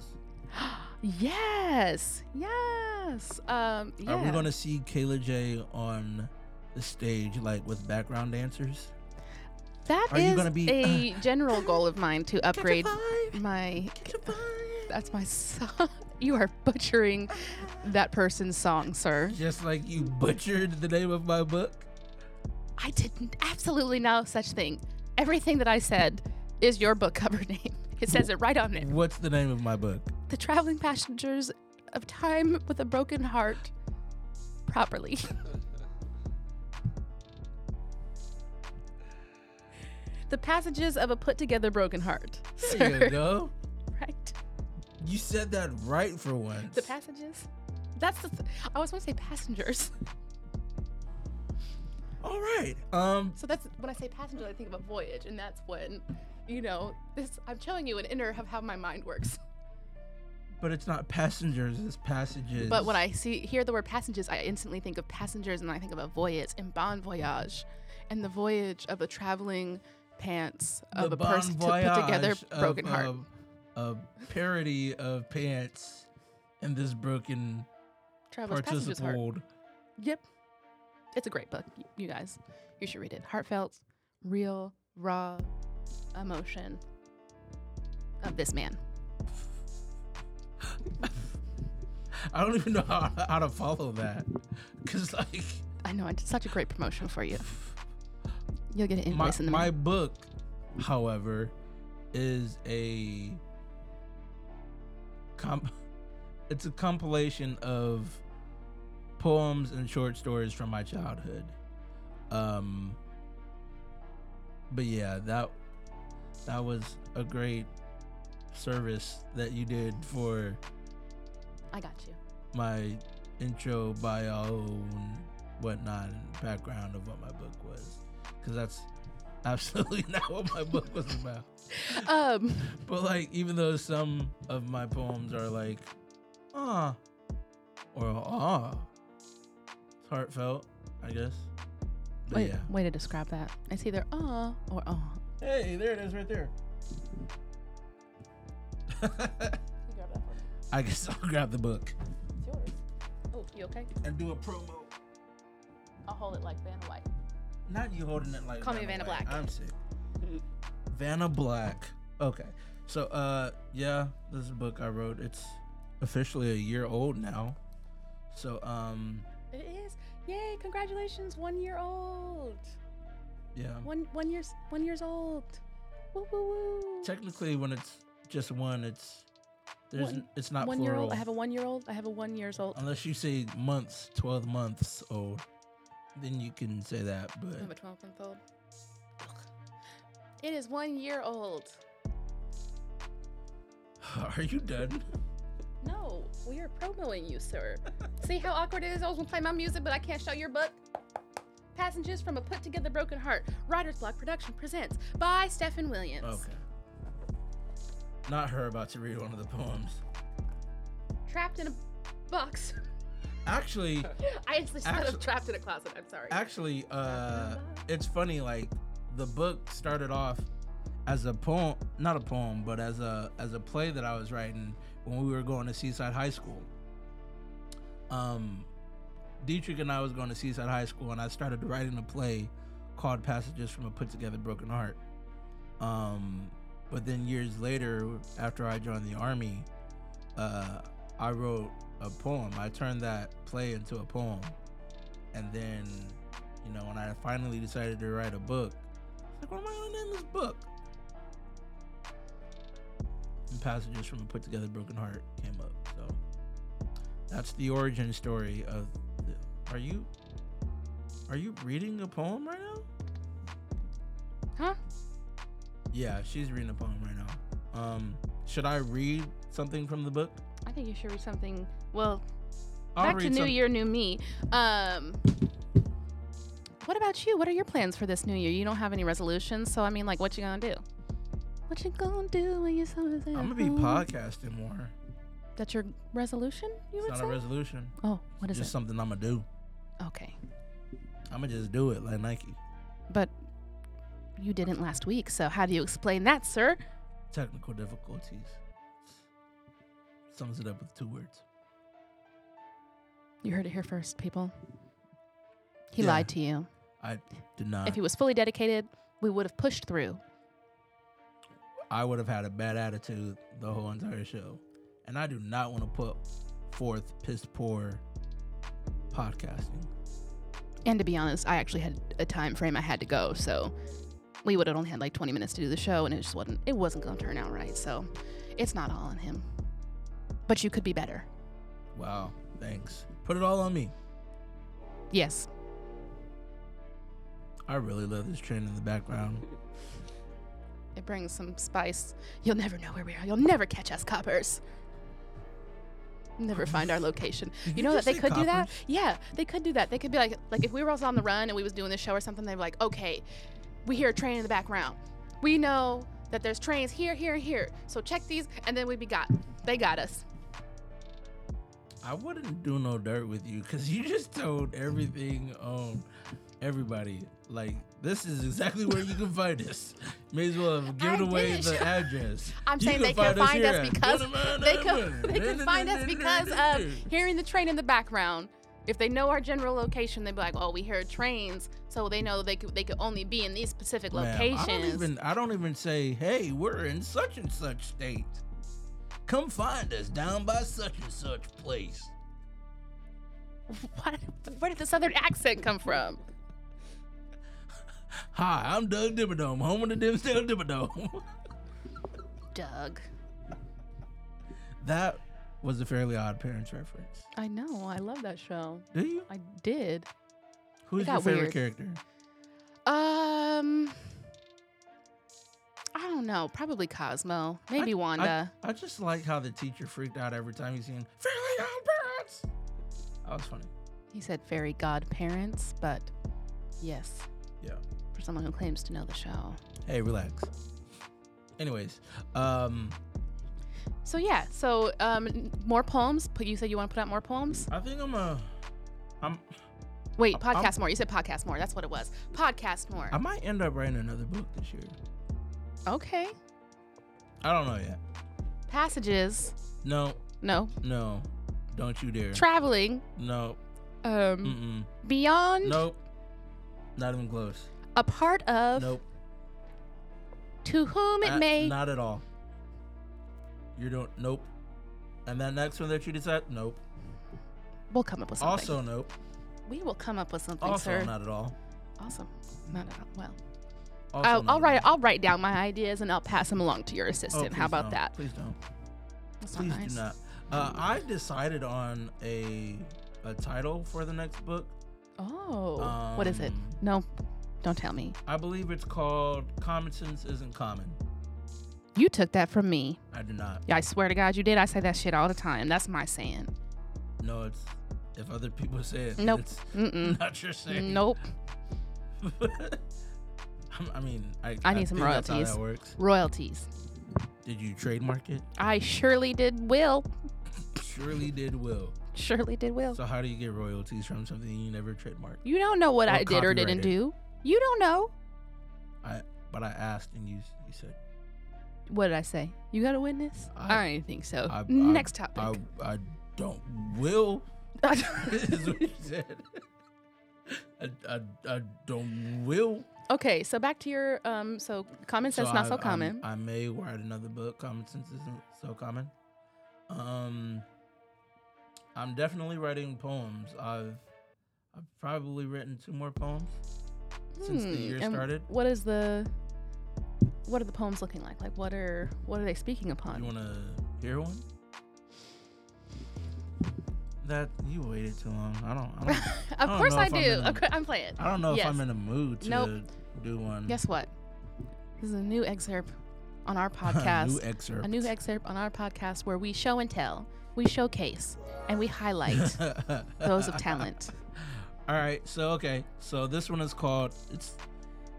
B: yes, yes. Um, yeah.
A: Are we going to see Kayla J on the stage like with background dancers?
B: That
A: are you
B: is
A: gonna be,
B: a general goal of mine to upgrade
A: Catch a vibe.
B: my
A: Catch a vibe.
B: That's my song. <laughs> You are butchering that person's song, sir.
A: Just like you butchered the name of my book.
B: I did absolutely no such thing. Everything that I said is your book cover <laughs> name. It says it right on it.
A: What's the name of my book?
B: The Traveling Passengers of Time with a Broken Heart. Properly. <laughs> the Passages of a Put Together Broken Heart.
A: There you
B: Sir.
A: go.
B: <laughs> Right?
A: You said that right for once.
B: The passages? That's the. Th- I always want to say passengers.
A: All right. Um.
B: So that's when I say passenger, I think of a voyage, and that's when, you know, this. I'm showing you an inner of how my mind works.
A: But it's not passengers. It's passages.
B: But when I see hear the word passengers, I instantly think of passengers, and I think of a voyage and bon voyage, and the voyage of a traveling pants
A: The
B: of a person to
A: bon
B: put together
A: voyage
B: broken
A: of,
B: heart.
A: of- a parody of pants and this broken
B: Traveler's passenger's heart.
A: participle.
B: Yep, it's a great book, y- you guys. You should read it. Heartfelt, real, raw emotion of this man.
A: I don't even know how, how to follow that, cause like
B: I know, it's such a great promotion for you. You'll get an
A: my
B: invoice in the
A: my
B: mail.
A: book, however, is a comp. <laughs> It's a compilation of poems and short stories from my childhood. Um, but yeah, that that was a great service that you did for
B: I got you.
A: my intro, bio, and whatnot, and background of what my book was, because that's <laughs> absolutely not what my book was about. <laughs>
B: Um,
A: But like, even though some of my poems are like, ah, or ah, it's heartfelt, I guess. But
B: wait,
A: yeah.
B: way to describe that. It's either uh or uh.
A: Hey, there it is, right there. <laughs> I guess I'll grab the book
B: It's yours. Oh, you okay?
A: and do a promo.
B: I'll hold it like Vanna White.
A: Not you holding it like.
B: Call me Vanna Black.
A: I'm sick. Vanna Black. Okay. So uh yeah, this is a book I wrote. It's officially a year old now. So um
B: It is. Yay! Congratulations, one year old.
A: yeah.
B: One one years one years old. Woo woo woo.
A: Technically when it's just one, it's there's
B: One-
A: n- it's not
B: one year
A: plural.
B: old. I have a one year old. I have a one years old.
A: Unless you say months, twelve months old, then you can say that.
B: I
A: <laughs>
B: have a
A: But
B: twelve month old. It is one year old.
A: are you done?
B: No, we are promoting you, sir. See how awkward it is? I always want to play my music, but I can't show your book. Passengers from a Put Together Broken Heart, Writer's Block Production presents by Stephen Williams.
A: Okay. Not her about to read one of the poems.
B: Trapped in a box. <laughs>
A: Actually,
B: I actually said I'm
A: Actu-
B: trapped in a closet. I'm sorry.
A: actually, uh, it's funny. Like the book started off as a poem, not a poem, but as a as a play that I was writing when we were going to Seaside High School. Um, Dietrich and I was going to Seaside High School, and I started writing a play called "Passages from a Put Together Broken Heart." Um, but then years later, after I joined the army, uh, I wrote a poem. I turned that play into a poem, and then, you know, when I finally decided to write a book, I was like, what am I gonna name this book? And passages from a put together broken heart came up. So that's the origin story of. The, are you? Are you reading a poem right now?
B: Huh?
A: Yeah, she's reading a poem right now. Um, should I read something from the book?
B: I think you should read something. Well,
A: I'll
B: back to
A: read
B: New
A: some-
B: Year, New Me. Um, what about you? What are your plans for this New Year? You don't have any resolutions, so I mean, like, what you gonna do? What you gonna do when you're so I'm
A: I'm gonna be podcasting more.
B: That's your resolution, you
A: It's
B: would
A: not
B: say?
A: a resolution.
B: oh, what is
A: just
B: it?
A: something I'm gonna do.
B: okay,
A: I'm gonna just do it like Nike.
B: but you didn't last week, so how do you explain that, sir?
A: Technical difficulties. Sums it up with two words.
B: You heard it here first, people. He
A: Yeah. Uh.
B: lied to you.
A: I did not.
B: If he was fully dedicated, we would have pushed through.
A: I would have had a bad attitude the whole entire show, and I do not want to put forth piss poor podcasting.
B: And to be honest, I actually had a time frame I had to go, so we would have only had like 20 minutes to do the show, and it just wasn't it wasn't going to turn out right. So it's not all on him. But you could be better.
A: Wow. Thanks. Put it all on me.
B: Yes.
A: I really love this train in the background.
B: It brings some spice. You'll never know where we are. You'll never catch us coppers. Never
A: <laughs>
B: find our location.
A: Did
B: You
A: you
B: know that
A: just
B: they
A: say
B: could do that?
A: coppers?
B: Yeah, they could do that. They could be like like if we were all on the run and we was doing this show or something, they'd be like, Okay, we hear a train in the background. We know that there's trains here, here, and here. So check these and then we'd be got. They got us.
A: I wouldn't do no dirt with you because you just told everything on everybody. Like this is exactly where you can find us. May as well have given
B: I
A: away
B: didn't
A: the
B: show-
A: address.
B: <laughs> I'm
A: You
B: saying they could find
A: here
B: us
A: at
B: because
A: Gunnamon
B: they could
A: Island.
B: they could find us because of hearing the train in the background. If they know our general location, they'd be like, "Oh, we heard trains," so they know they could they could only be in these specific
A: Ma'am,
B: locations.
A: I don't even I don't even say, hey, we're in such and such state. Come find us down by such and such place.
B: <laughs> What, where did the southern accent come from?
A: Hi, I'm Doug Dimmadome, home of the Dimsdale Dimmadome.
B: Doug.
A: <laughs> that was a fairly odd parents reference.
B: I know. I love that show.
A: Do you?
B: I did.
A: Who's your
B: got
A: favorite
B: weird.
A: character?
B: Um, I don't know. Probably Cosmo. Maybe
A: I-
B: Wanda.
A: I just like how the teacher freaked out every time he seen fairly odd parents. I That was funny.
B: He said fairy godparents, but yes.
A: Yeah.
B: For someone who claims to know the show.
A: Hey, relax. Anyways, um,
B: So yeah, so um, n- more poems. Put you said you want to put out more poems.
A: I think I'm a, I'm,
B: Wait,
A: I'm-
B: podcast more. You said podcast more. That's what it was. Podcast more.
A: I might end up writing another book this year.
B: okay.
A: I don't know yet.
B: Passages.
A: No,
B: No.
A: no, don't you dare.
B: Traveling.
A: no,
B: Um.
A: mm-mm.
B: Beyond.
A: nope, not even close.
B: A part of.
A: Nope,
B: To whom it
A: Uh,
B: may.
A: not at all. You don't. Nope. And that next one that you decide, nope.
B: We'll come up with something.
A: Also, nope.
B: we will come up with something,
A: Also,
B: sir.
A: not at all.
B: Awesome. Not at all. Well,
A: Also,
B: I'll,
A: not
B: I'll
A: at
B: write.
A: all.
B: I'll write down my ideas and I'll pass them along to your
A: Oh,
B: assistant.
A: please
B: How about
A: don't.
B: that?
A: Please don't.
B: That's
A: Please
B: not nice.
A: do not. Uh, I decided on a a title for the next book.
B: Oh. what is it?
A: Um,
B: No. Don't tell me.
A: I believe it's called "Common Sense Isn't Common."
B: You took that from me.
A: I do not.
B: Yeah, I swear to God, you did. I say that shit all the time. That's my saying.
A: No, it's if other people say it. then
B: Nope.
A: It's <laughs>
B: Mm-mm.
A: not your saying.
B: Nope.
A: <laughs> I'm- I mean, I,
B: I need some
A: think that's how
B: royalties.
A: that works.
B: Royalties.
A: Did you trademark it?
B: I surely did will. <laughs>
A: Surely did will.
B: Surely did will.
A: So how do you get royalties from something you never trademarked?
B: you don't know what
A: Or
B: I did or didn't
A: copyrighted.
B: do. You don't know.
A: But I asked and you you said
B: What did I say? You got a witness? I,
A: I-
B: don't think so.
A: I- I-
B: Next topic.
A: <laughs>
B: <laughs>
A: I I don't will <laughs> is what you said. I, I, I don't will.
B: okay, so back to your um. So common sense
A: So
B: not
A: I- um,
B: so
A: I'm-
B: common.
A: I may write another book. Common sense isn't so common. Um, I'm definitely writing poems. I've I've probably written two more poems since the
B: Hmm,
A: year
B: and
A: started.
B: What is the? What are the poems looking like? Like what are what are they speaking upon?
A: You want to hear one? That you waited too long. I don't. I don't,
B: <laughs> of
A: don't
B: course
A: know
B: I
A: if I'm
B: do.
A: in-
B: Of cour- I'm playing.
A: I don't know if
B: <laughs> Yes.
A: I'm in a mood to
B: Nope.
A: do one.
B: Guess what? This is a new excerpt on our
A: <laughs> a
B: podcast.
A: new excerpt.
B: a new excerpt on our podcast where we show and tell, we showcase, and we
A: <laughs>
B: highlight those of talent.
A: All right, so okay, so this one is called it's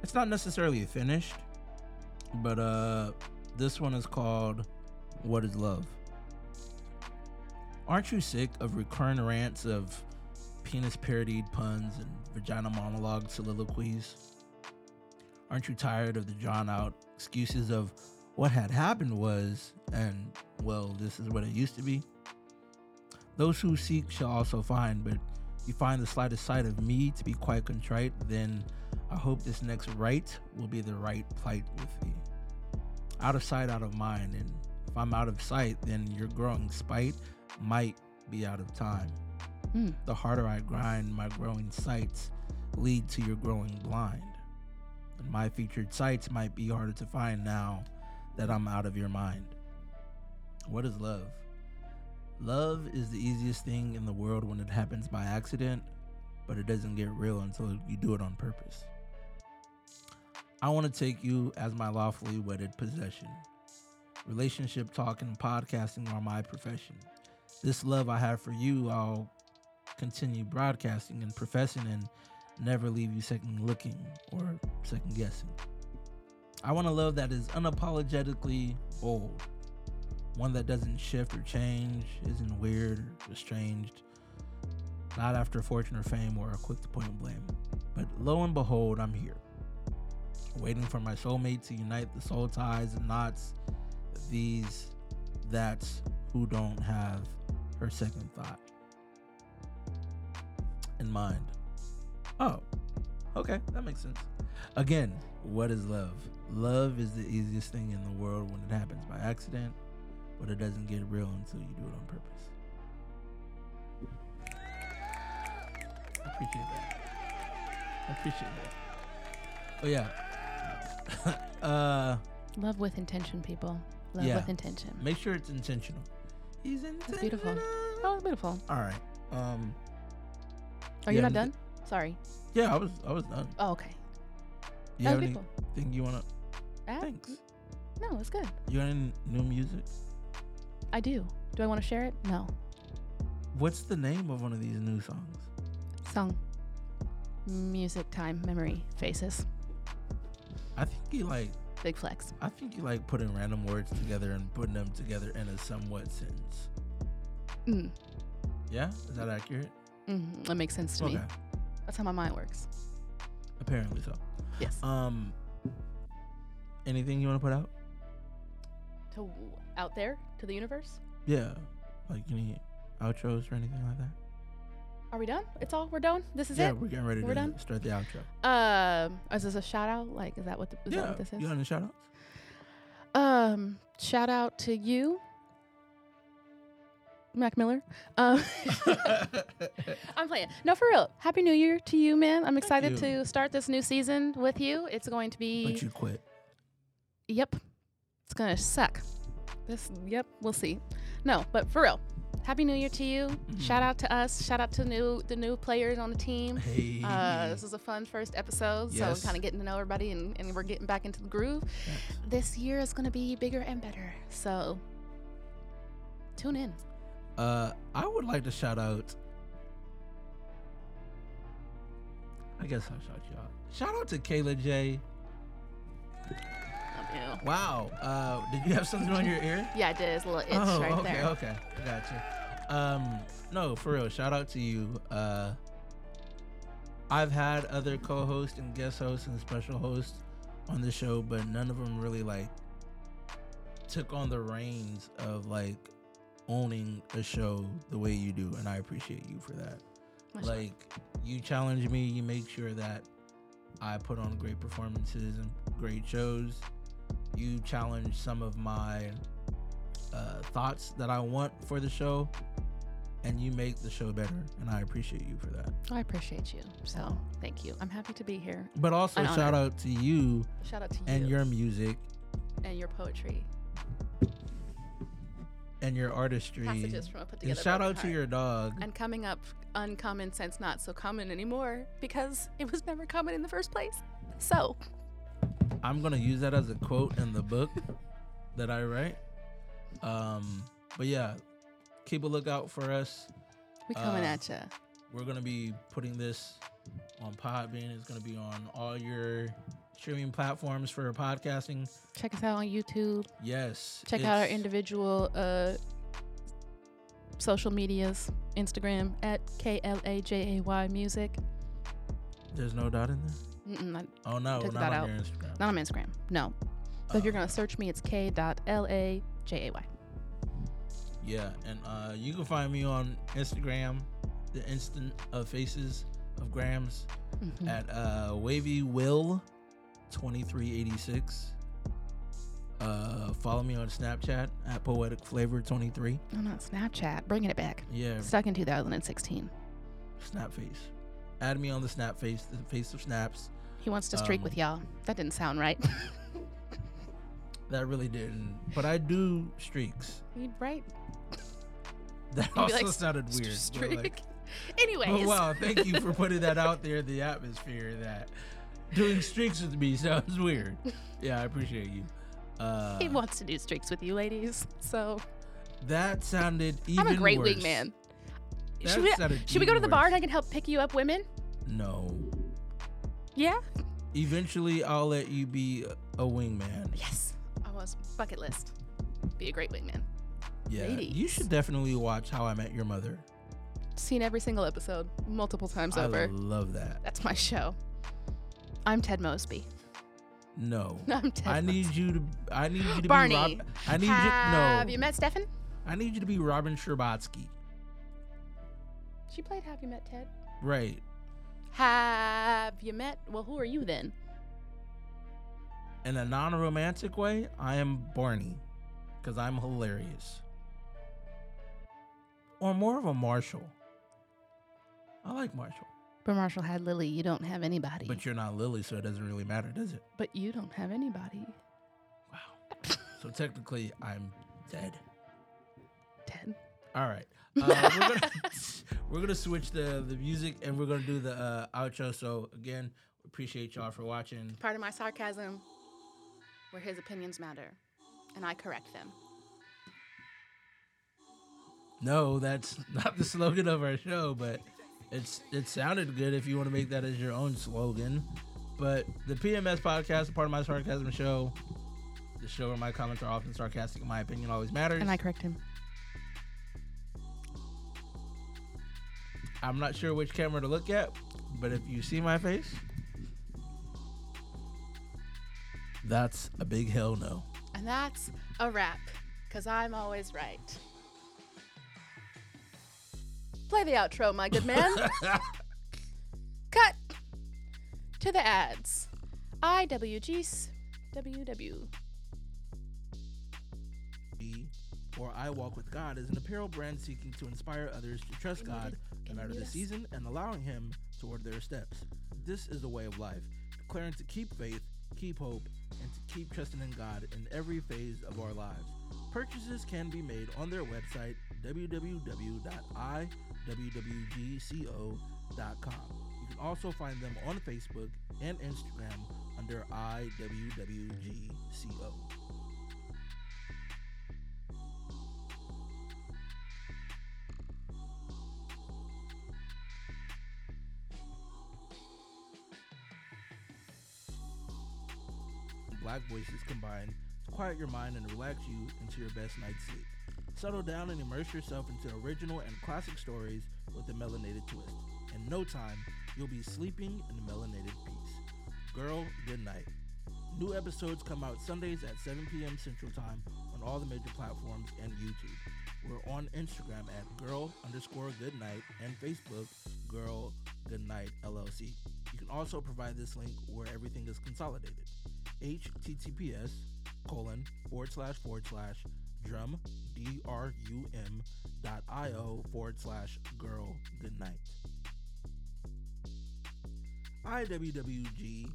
A: it's not necessarily finished, but uh this one is called What is Love? Aren't you sick of recurrent rants of penis parodied puns and vagina monologue soliloquies? Aren't you tired of the drawn out excuses of what had happened was and well, this is what it used to be? Those who seek shall also find, but you find the slightest sight of me to be quite contrite, then I hope this next right will be the right plight with thee. Out of sight, out of mind, and if I'm out of sight, then your growing spite might be out of time.
B: Hmm.
A: The harder I grind, my growing sights lead to your growing blind. And my featured sights might be harder to find now that I'm out of your mind. What is love? Love is the easiest thing in the world when it happens by accident, but it doesn't get real until you do it on purpose. I want to take you as my lawfully wedded possession. Relationship talk and podcasting are my profession. This love I have for you, I'll continue broadcasting and professing and never leave you second looking or second guessing. I want a love that is unapologetically bold one that doesn't shift or change, isn't weird or estranged, not after fortune or fame or a quick to point blame. But lo and behold, I'm here, waiting for my soulmate to unite the soul ties and knots. These, that's who don't have her second thought in mind. Oh, okay, that makes sense. Again, what is love? Love is the easiest thing in the world when it happens by accident but it doesn't get real until you do it on purpose. I appreciate that. I appreciate that. Oh yeah. <laughs> uh,
B: Love with intention, people. Love
A: Yeah.
B: with intention.
A: make sure it's intentional. He's intentional.
B: beautiful. Oh, it's beautiful.
A: All right. Um.
B: Are you
A: Yeah,
B: not
A: and
B: done? Sorry.
A: Yeah, I was. I was done.
B: Oh, okay.
A: You
B: that
A: have
B: was beautiful.
A: anything you wanna?
B: Ah,
A: Thanks.
B: No, it's good.
A: You got any new music?
B: I do. Do I want to share it? No.
A: What's the name of one of these new songs?
B: Song. Music time, memory, faces,
A: I think you like
B: big flex.
A: I think you like putting random words together and putting them together in a somewhat sense.
B: Mm.
A: Yeah? Is that accurate?
B: hmm That makes sense to me. That's how my mind works. Uh,
A: Apparently so.
B: Yes.
A: Um anything you want to put out?
B: to out there, to the universe.
A: Yeah. Like any outros or anything like that?
B: Are we done? It's all we're done. This is
A: yeah,
B: it.
A: we're getting ready
B: We're
A: to
B: done?
A: start the outro.
B: Um, is this a shout out? Like, is that what, the, is that
A: yeah.
B: what this
A: You
B: is?
A: got any shout outs?
B: Um, shout out to you, Mac Miller. Um, <laughs> I'm playing. No, for real. Happy New Year to you, man. I'm excited
A: you.
B: to start this new season with you. It's going to be.
A: <laughs> but you quit.
B: Yep. It's gonna suck. This yep, we'll see. No, but for real. Happy New Year to you.
A: Mm-hmm.
B: Shout out to us. Shout out to new the new players on the
A: <laughs>
B: team.
A: Hey.
B: Uh, this is a fun first episode, so
A: Yes.
B: kind of getting to know everybody and, and we're getting back into the groove.
A: Yes.
B: This year is gonna be bigger and better. So tune in.
A: Uh, I would like to shout out. I guess I'll shout you out. Shout out to Kayla J. Wow. Uh, did you have something on your ear?
B: Yeah, I did. It's a little itch
A: oh,
B: right
A: okay,
B: there.
A: okay. I gotcha. Um, no, for real. Shout out to you. Uh, I've had other co-hosts and guest hosts and special hosts on the show, but none of them really like took on the reins of like owning a show the way you do, and I appreciate you for that
B: Much love.
A: like you challenge me you make sure that i put on great performances and great shows you challenge some of my uh, thoughts that i want for the show and you make the show better and i appreciate you for that
B: I appreciate you.
A: Oh.
B: So thank you. I'm happy to be here.
A: but also
B: An honor.
A: shout out to you
B: Shout out to you
A: and your music
B: and your poetry.
A: and your artistry
B: Passages from a put together.
A: and shout
B: broken
A: out to
B: heart.
A: your dog
B: and coming up uncommon sense not so common anymore because it was never common in the first place so
A: I'm gonna use that as a quote in the book that I write. Um, but yeah, keep a lookout for us.
B: we coming
A: Uh,
B: at ya.
A: We're gonna be putting this on Podbean. It's gonna be on all your streaming platforms for podcasting.
B: check us out on youtube
A: Yes.
B: check out our
A: it's-
B: individual uh social medias instagram at k-l-a-j-a-y music
A: There's no dot in there.
B: Mm-mm, not,
A: Oh no,
B: Took the
A: we're not on
B: dot out.
A: your Instagram.
B: not on my instagram no but if you're
A: Uh,
B: gonna search me it's k-l-a-j-a-y
A: Yeah, and uh, you can find me on Instagram, the instant of faces of grams.
B: Mhm.
A: at uh, Wavy Will 2386. Uh, follow me on Snapchat at Poetic Flavor 23.
B: Oh, no not snapchat bringing it back
A: Yeah,
B: stuck in 2016
A: Snapface. Add me on the Snapface, the face of snaps.
B: he wants to streak
A: Um,
B: with y'all that didn't sound right <laughs>
A: That really didn't, but I do streaks. <laughs>
B: you right
A: That
B: You'd be
A: also
B: like,
A: sounded
B: St-
A: weird. but,
B: streak.
A: like-
B: <laughs> Anyways,
A: but wow, thank you for putting that out
B: <laughs>
A: there. The atmosphere that doing streaks with me sounds weird. Yeah, I appreciate you. Uh,
B: he wants to do streaks with you, ladies. So
A: that sounded even
B: I'm a great
A: worse.
B: wingman.
A: That
B: Should we,
A: sounded
B: should we go to
A: even
B: the bar
A: worse.
B: and I can help pick you up women?
A: No.
B: Yeah.
A: Eventually, I'll let you be a wingman.
B: Yes. I was bucket list. Be a great wingman.
A: Yeah. You
B: Ladies.
A: should definitely watch How I Met Your Mother.
B: Seen every single episode multiple times
A: I
B: over.
A: love that.
B: That's my show. I'm Ted Mosby. <laughs>
A: No.
B: I'm Ted.
A: I
B: Mosby.
A: need you to. I need you to
B: Barney,
A: be. Rob, I need
B: Have
A: you.
B: you
A: No.
B: met Stefan?
A: I need you to be Robin Scherbatsky.
B: She played Have You Met Ted?
A: Right.
B: Have you met? Well, who are you then?
A: In a non-romantic way, I am Barney, because I'm hilarious. Or more of a Marshall. I like Marshall,
B: But Marshall had Lily. You don't have anybody.
A: but you're not Lily, so it doesn't really matter, does it?
B: but you don't have anybody.
A: Wow. so technically, I'm dead.
B: Ted.
A: All right. Uh, we're,
B: <laughs>
A: gonna, <laughs> we're gonna switch the the music and we're gonna do the uh, outro. So again, appreciate y'all for watching.
B: Part of my sarcasm where his opinions matter, and I correct them.
A: No, that's <laughs> not the slogan of our show, but it's it sounded good if you want to make that as your own slogan. But the PMS podcast, a part of my sarcasm show, the show where my comments are often sarcastic, and my opinion always matters.
D: And I correct him.
A: I'm not sure which camera to look at, but if you see my face, that's a big hell no.
B: And that's a wrap, because I'm always right. Play the outro, my good <laughs> man. Cut to the ads. IWGs WW.
A: be, or I Walk with God is an apparel brand seeking to inspire others to trust God no matter the season and allowing Him to order their steps. This is the way of life, declaring to keep faith, keep hope, and to keep trusting in God in every phase of our lives. Purchases can be made on their website www.iwwgco.com. You can also find them on Facebook and Instagram under IWWGCO. black voices combine to quiet your mind and relax you into your best night's sleep. Settle down and immerse yourself into original and classic stories with a melanated twist. In no time, you'll be sleeping in melanated peace. Girl, good night. New episodes come out Sundays at 7 p.m. Central Time on all the major platforms and YouTube. We're on Instagram at girl underscore good night and Facebook girl good night LLC. You can also provide this link where everything is consolidated https colon forward slash forward slash drum d r u m dot i o forward slash girl good night iwwg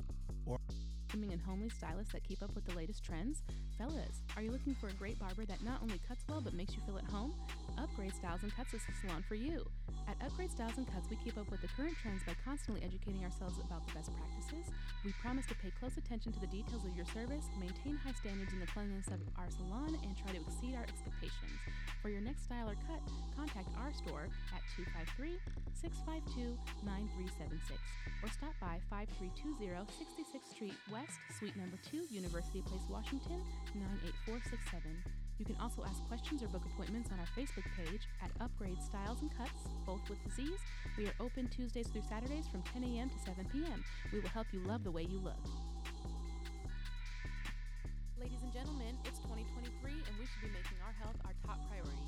D: grooming and homely stylists that keep up with the latest trends? Fellas, are you looking for a great barber that not only cuts well but makes you feel at home? Upgrade Styles and Cuts is the salon for you. At Upgrade Styles and Cuts, we keep up with the current trends by constantly educating ourselves about the best practices. We promise to pay close attention to the details of your service, maintain high standards in the cleanliness of our salon, and try to exceed our expectations. For your next style or cut, contact our store at 253 652 9376 or stop by 5320 66th Street West, Suite Number 2, University Place, Washington, 98467. You can also ask questions or book appointments on our Facebook page at Upgrade Styles and Cuts, both with the Z's. We are open Tuesdays through Saturdays from 10 a.m. to 7 p.m. We will help you love the way you look.
B: Ladies and gentlemen, it's 2023 and we should be making our health our top priority.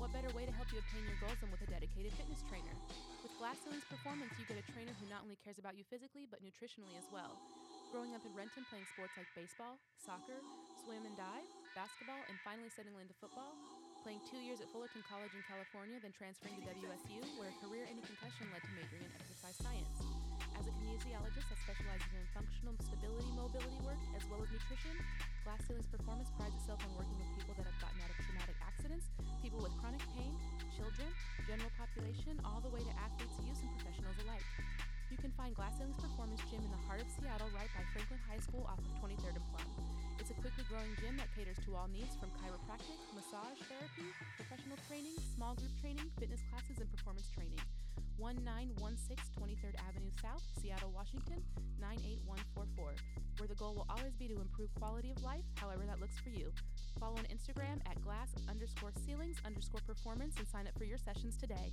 B: What better way to help you obtain your goals than with a dedicated fitness trainer? With Gladstone's Performance, you get a trainer who not only cares about you physically, but nutritionally as well. Growing up in Renton playing sports like baseball, soccer, swim and dive, basketball, and finally settling into football, playing two years at Fullerton College in California, then transferring to WSU, where a career ending concussion led to majoring in exercise science. As a kinesiologist that specializes in functional stability mobility work as well as nutrition, Glass Ceilings Performance prides itself on working with people that have gotten out of traumatic accidents, people with chronic pain, children, general population, all the way to athletes, youth, and professionals alike. You can find Glass Ceilings Performance Gym in the heart of Seattle right by Franklin High School off of 23rd and Plum. It's a quickly growing gym that caters to all needs from chiropractic, massage therapy, professional training, small group training, fitness classes, and performance training. 1916 23rd Avenue South, Seattle, Washington, 98144, where the goal will always be to improve quality of life, however that looks for you. Follow on Instagram at glass underscore ceilings underscore performance and sign up for your sessions today.